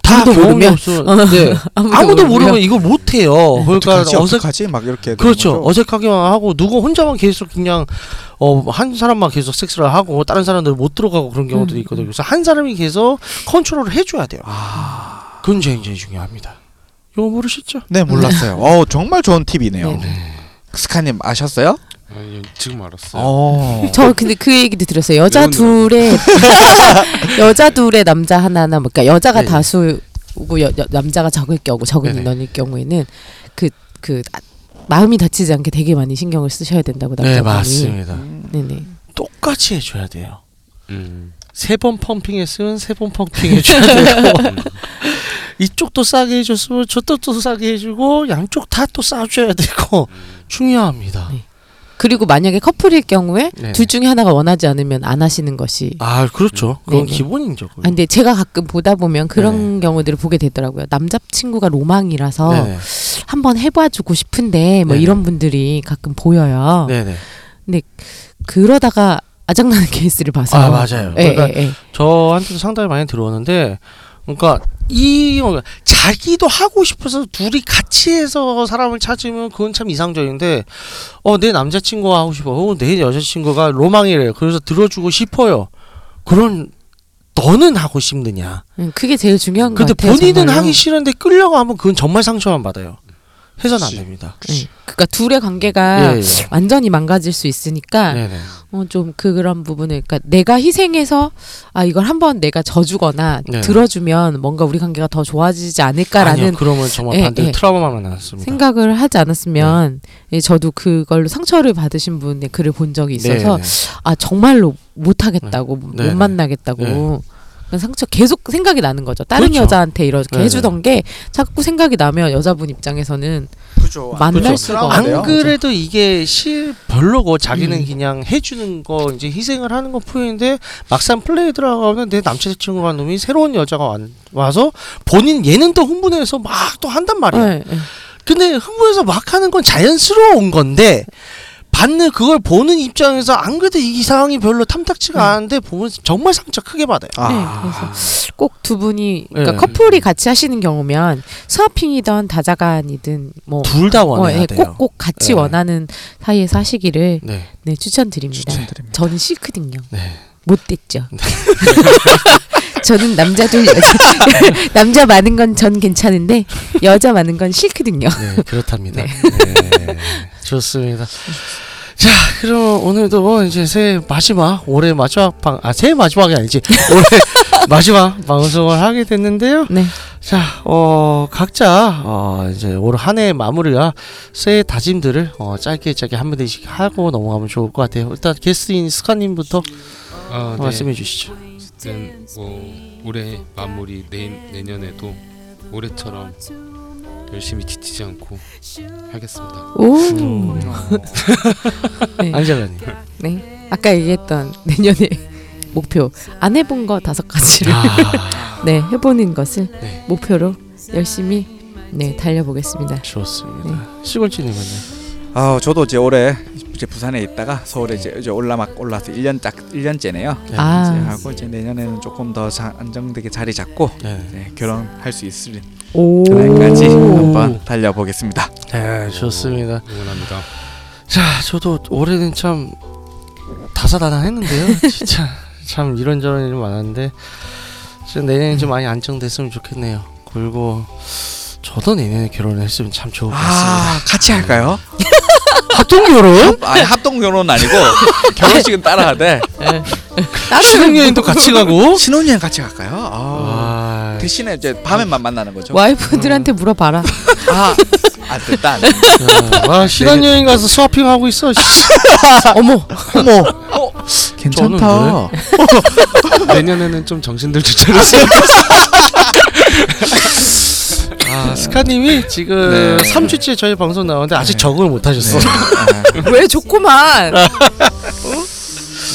[SPEAKER 4] 다
[SPEAKER 3] 아무도
[SPEAKER 4] 경험이
[SPEAKER 3] 모르면?
[SPEAKER 4] 없어. 네.
[SPEAKER 3] 아무도,
[SPEAKER 4] 아무도
[SPEAKER 3] 모르면
[SPEAKER 4] 모르면 이걸 못 해요. 그러니까
[SPEAKER 2] 어떡하지
[SPEAKER 4] 어색
[SPEAKER 2] 어색하지 막 이렇게 되는
[SPEAKER 4] 그렇죠.
[SPEAKER 2] 거죠?
[SPEAKER 4] 어색하게만 하고 누구 혼자만 계속 그냥 어 한 사람만 계속 섹스를 하고 다른 사람들 못 들어가고 그런 경우도
[SPEAKER 3] 음.
[SPEAKER 4] 있거든요. 그래서 한 사람이 계속 컨트롤을 해줘야 돼요. 그건 굉장히 중요합니다. 이거 모르셨죠?
[SPEAKER 2] 네 몰랐어요. 어 정말 좋은 팁이네요. 스카님 아셨어요?
[SPEAKER 7] 아니, 지금 알았어요.
[SPEAKER 2] 어.
[SPEAKER 3] 저 근데 그 얘기도 들었어요. 여자
[SPEAKER 7] 매운
[SPEAKER 3] 둘에 여자 둘에 남자 하나나 뭐 그러니까 여자가
[SPEAKER 4] 네.
[SPEAKER 3] 다수고 여, 여- 남자가 적을 경우 적은
[SPEAKER 4] 네네.
[SPEAKER 3] 인원일 경우에는 그 그 마음이 다치지 않게 되게 많이 신경을 쓰셔야 된다고
[SPEAKER 4] 네,
[SPEAKER 3] 남자분이.
[SPEAKER 4] 음.
[SPEAKER 3] 네네.
[SPEAKER 4] 똑같이 해줘야 돼요.
[SPEAKER 7] 음.
[SPEAKER 4] 세 번 펌핑했으면 세 번 펌핑해줘야 되고 이쪽도 싸게 해줬으면 저쪽도 싸게 해주고 양쪽 다 또 싸줘야 되고 중요합니다.
[SPEAKER 3] 네. 그리고 만약에 커플일 경우에
[SPEAKER 4] 네네.
[SPEAKER 3] 둘 중에 하나가 원하지 않으면 안 하시는 것이
[SPEAKER 4] 아 그렇죠. 그건
[SPEAKER 3] 네네.
[SPEAKER 4] 기본이죠.
[SPEAKER 3] 아, 근데 제가 가끔 보다 보면 그런 경우들을 보게 되더라고요. 남자 친구가 로망이라서
[SPEAKER 4] 네. 네네.
[SPEAKER 3] 한번 해봐주고 싶은데 뭐
[SPEAKER 4] 네네.
[SPEAKER 3] 이런 분들이 가끔 보여요.
[SPEAKER 4] 네네.
[SPEAKER 3] 그러다가 아장나는 케이스를 봐서
[SPEAKER 4] 아 맞아요.
[SPEAKER 3] 예,
[SPEAKER 4] 그러니까
[SPEAKER 3] 예, 예.
[SPEAKER 4] 저한테도 상당히 많이 들어오는데, 그러니까 이 자기도 하고 싶어서 둘이 같이 해서 사람을 찾으면 그건 참 이상적인데, 어 내 남자친구가 하고 싶어, 어, 내 여자친구가 로망이래. 그래서 들어주고 싶어요. 그런 너는 하고 싶느냐?
[SPEAKER 3] 음, 그게 제일 중요한 거
[SPEAKER 4] 근데
[SPEAKER 3] 같아요.
[SPEAKER 4] 본인은
[SPEAKER 3] 정말로.
[SPEAKER 4] 하기 싫은데 끌려가면 그건 정말 상처만 받아요. 해선 안
[SPEAKER 7] 그치.
[SPEAKER 4] 됩니다.
[SPEAKER 3] 예. 그러니까 둘의 관계가
[SPEAKER 4] 예, 예.
[SPEAKER 3] 완전히 망가질 수 있으니까
[SPEAKER 4] 네네.
[SPEAKER 3] 어, 좀 그런 부분을 그러니까 내가 희생해서 아 이걸 한번 내가 져주거나
[SPEAKER 4] 네.
[SPEAKER 3] 들어주면 뭔가 우리 관계가 더 좋아지지 않을까라는
[SPEAKER 4] 아니요, 그러면 정말
[SPEAKER 3] 예,
[SPEAKER 4] 반대로
[SPEAKER 3] 예.
[SPEAKER 4] 트라우마만 나왔습니다.
[SPEAKER 3] 생각을 하지 않았으면
[SPEAKER 4] 네.
[SPEAKER 3] 예, 저도 그걸로 상처를 받으신 분의 글을 본 적이 있어서 아 정말로 못 하겠다고
[SPEAKER 4] 네네.
[SPEAKER 3] 못 만나겠다고
[SPEAKER 4] 네.
[SPEAKER 3] 그냥 상처 계속 생각이 나는 거죠. 다른
[SPEAKER 4] 그렇죠.
[SPEAKER 3] 여자한테 이렇게
[SPEAKER 4] 네네.
[SPEAKER 3] 해주던 게 자꾸 생각이 나면 여자분 입장에서는
[SPEAKER 2] 그죠.
[SPEAKER 3] 만날 수가
[SPEAKER 4] 안
[SPEAKER 3] 맞아요.
[SPEAKER 4] 그래도 이게 실 별로고 자기는 그냥 해주는 거 이제 희생을 하는 거 뿐인데 막상 플레이 들어가면 내 남자친구가 놈이 새로운 여자가 와- 와서 본인 얘는 또 흥분해서 막 또 한단 말이야.
[SPEAKER 3] 예, 예.
[SPEAKER 4] 근데 흥분해서 막 하는 건 자연스러운 건데 받는 그걸 보는 입장에서 안 그래도 이 상황이 별로 탐탁지가
[SPEAKER 3] 음.
[SPEAKER 4] 않은데 보면 정말 상처 크게 받아요.
[SPEAKER 3] 네, 그래서 꼭 두 분이 그러니까
[SPEAKER 4] 네.
[SPEAKER 3] 커플이 같이 하시는 경우면 스와핑이든 다자간이든 뭐
[SPEAKER 4] 둘 다 원해야
[SPEAKER 3] 어, 예,
[SPEAKER 4] 돼요.
[SPEAKER 3] 꼭꼭 같이
[SPEAKER 4] 네.
[SPEAKER 3] 원하는 사이에서 하시기를
[SPEAKER 4] 네.
[SPEAKER 3] 네, 추천드립니다.
[SPEAKER 2] 추천드립니다.
[SPEAKER 3] 저는 싫거든요.
[SPEAKER 4] 네.
[SPEAKER 3] 못 됐죠. 저는 남자 둘 여자 남자 많은 건 전 괜찮은데 여자 많은 건 싫거든요.
[SPEAKER 4] 네, 그렇답니다. 네. 좋습니다. 자, 그럼 오늘도 뭐 이제 새해 마지막 올해 마지막 방, 아 새해 마지막이 아니지 올해 마지막 방송을 하게 됐는데요.
[SPEAKER 3] 네.
[SPEAKER 4] 자, 어 각자 어 이제 올 한해 마무리와 새해 다짐들을 어 짧게 짧게 한 마디씩 하고 넘어가면 좋을 것 같아요. 일단 게스트인 스카님부터
[SPEAKER 7] 아, 네.
[SPEAKER 4] 말씀해 주시죠.
[SPEAKER 7] 어쨌든 뭐 올해 마무리 내, 내년에도 올해처럼 열심히 지치지 않고 하겠습니다.
[SPEAKER 3] 오.
[SPEAKER 4] 안젤라님.
[SPEAKER 3] 네. 아까 얘기했던 내년의 목표 안 해본 거 다섯 가지를 네 해보는 것을
[SPEAKER 4] 네.
[SPEAKER 3] 목표로 열심히 네 달려보겠습니다.
[SPEAKER 4] 좋습니다. 시골지님은요.
[SPEAKER 2] 아, 저도 이제 올해 이제 부산에 있다가 서울에 이제, 이제 올라막 올라서 1년 딱 1년째네요. 이제
[SPEAKER 3] 아,
[SPEAKER 2] 하고 이제 내년에는 조금 더 자, 안정되게 자리 잡고
[SPEAKER 4] 네.
[SPEAKER 2] 네, 결혼할 수 있을
[SPEAKER 3] 오. 아,
[SPEAKER 2] 그날까지 한번 달려보겠습니다.
[SPEAKER 4] 네, 좋습니다.
[SPEAKER 7] 응원합니다.
[SPEAKER 4] 자, 저도 올해는 참 다사다난했는데요. 진짜 참 이런저런 일이 많았는데 진짜 내년에 좀 많이 안정됐으면 좋겠네요. 그리고 저도 내년에 결혼을 했으면 참 좋을 것 같습니다.
[SPEAKER 2] 아, 같이 할까요?
[SPEAKER 4] 합동 결혼?
[SPEAKER 2] 아니 합동 결혼은 아니고 결혼식은 따라하되
[SPEAKER 4] 아, 신혼여행도 같이 가고.
[SPEAKER 2] 신혼여행 같이 갈까요? 아,
[SPEAKER 4] 와,
[SPEAKER 2] 대신에 이제 밤에만 만나는 거죠.
[SPEAKER 3] 와이프들한테 물어봐라.
[SPEAKER 2] 아, 아 됐다.
[SPEAKER 4] 야, 와 아, 신혼여행 가서 스와핑 하고 있어. 씨.
[SPEAKER 3] 어머,
[SPEAKER 2] 어머, 어,
[SPEAKER 4] 저는
[SPEAKER 2] 괜찮다.
[SPEAKER 7] 내년에는 좀 정신들 좀 차려서
[SPEAKER 4] 아, 스카님이 지금
[SPEAKER 2] 네.
[SPEAKER 4] 3주째 저희 방송 나오는데 아직
[SPEAKER 2] 네.
[SPEAKER 4] 적응을 못 하셨어.
[SPEAKER 2] 네. 아,
[SPEAKER 3] 왜 좋구만.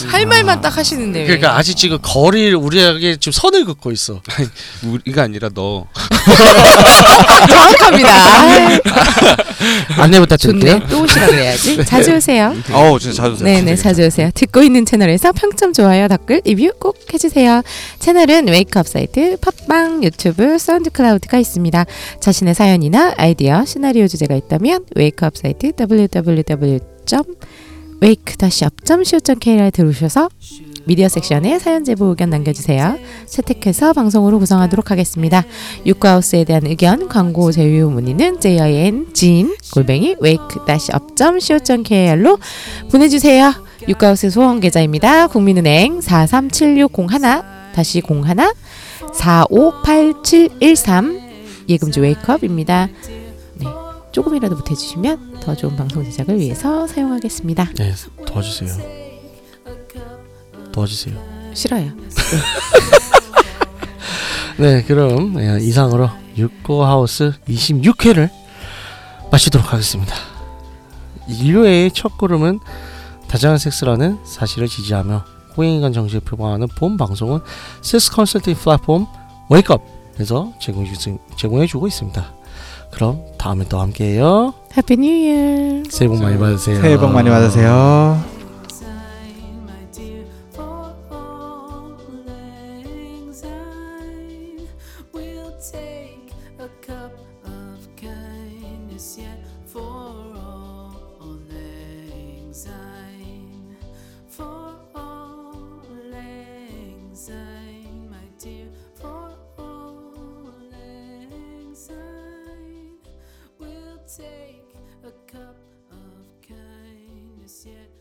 [SPEAKER 3] 할 말만 딱
[SPEAKER 8] 네.
[SPEAKER 3] 하시는데. 왜.
[SPEAKER 4] 그러니까 아직 지금 거리를 우리에게 지금 선을 긋고 있어.
[SPEAKER 2] 네.
[SPEAKER 7] 우리가 아니라 너
[SPEAKER 3] 정확합니다. 아,
[SPEAKER 8] 안내부터 드릴게요.
[SPEAKER 3] 좋네. 또 오시라 그래야지. 자주 오세요.
[SPEAKER 2] 어우 진짜 자주
[SPEAKER 3] 네네 자주 오세요. 듣고 있는 채널에서 평점, 좋아요, 댓글, 리뷰 꼭 해주세요. 채널은 웨이크업 사이트, 팟빵, 유튜브, 사운드 클라우드가 있습니다. 자신의 사연이나 아이디어, 시나리오 주제가 있다면 웨이크업 사이트 www.wake-up.co.kr에 들어오셔서 미디어 섹션에 사연 제보 의견 남겨주세요. 채택해서 방송으로 구성하도록 하겠습니다. 유쿠하우스에 대한 의견, 광고 제휴 문의는 jin 진 골뱅이 wake-up.co.kr로 보내주세요. 유가우스 소원 계좌입니다. 국민은행 43760 다시 01 458713 예금주 웨이크업입니다. 네, 조금이라도 보태주시면 더 좋은 방송 제작을 위해서 사용하겠습니다.
[SPEAKER 4] 네, 도와주세요. 도와주세요.
[SPEAKER 3] 싫어요.
[SPEAKER 4] 네, 그럼 예, 이상으로 육고하우스 26회를 마치도록 하겠습니다. 인류의 첫 걸음은 다양한 섹스라는 사실을 지지하며 호행이간 정신을 표방하는 본 방송은 섹스 컨설팅 플랫폼 웨이크업에서 제공해주, 제공해주고 있습니다. 그럼 다음에 또 함께해요.
[SPEAKER 3] 해피 뉴 이어.
[SPEAKER 4] 새해 복 많이 받으세요.
[SPEAKER 2] 새해 복 많이 받으세요.
[SPEAKER 9] We'll take a cup of kindness yet for all lang syne. For all lang syne, my dear. For all lang syne, we'll take a cup of kindness yet.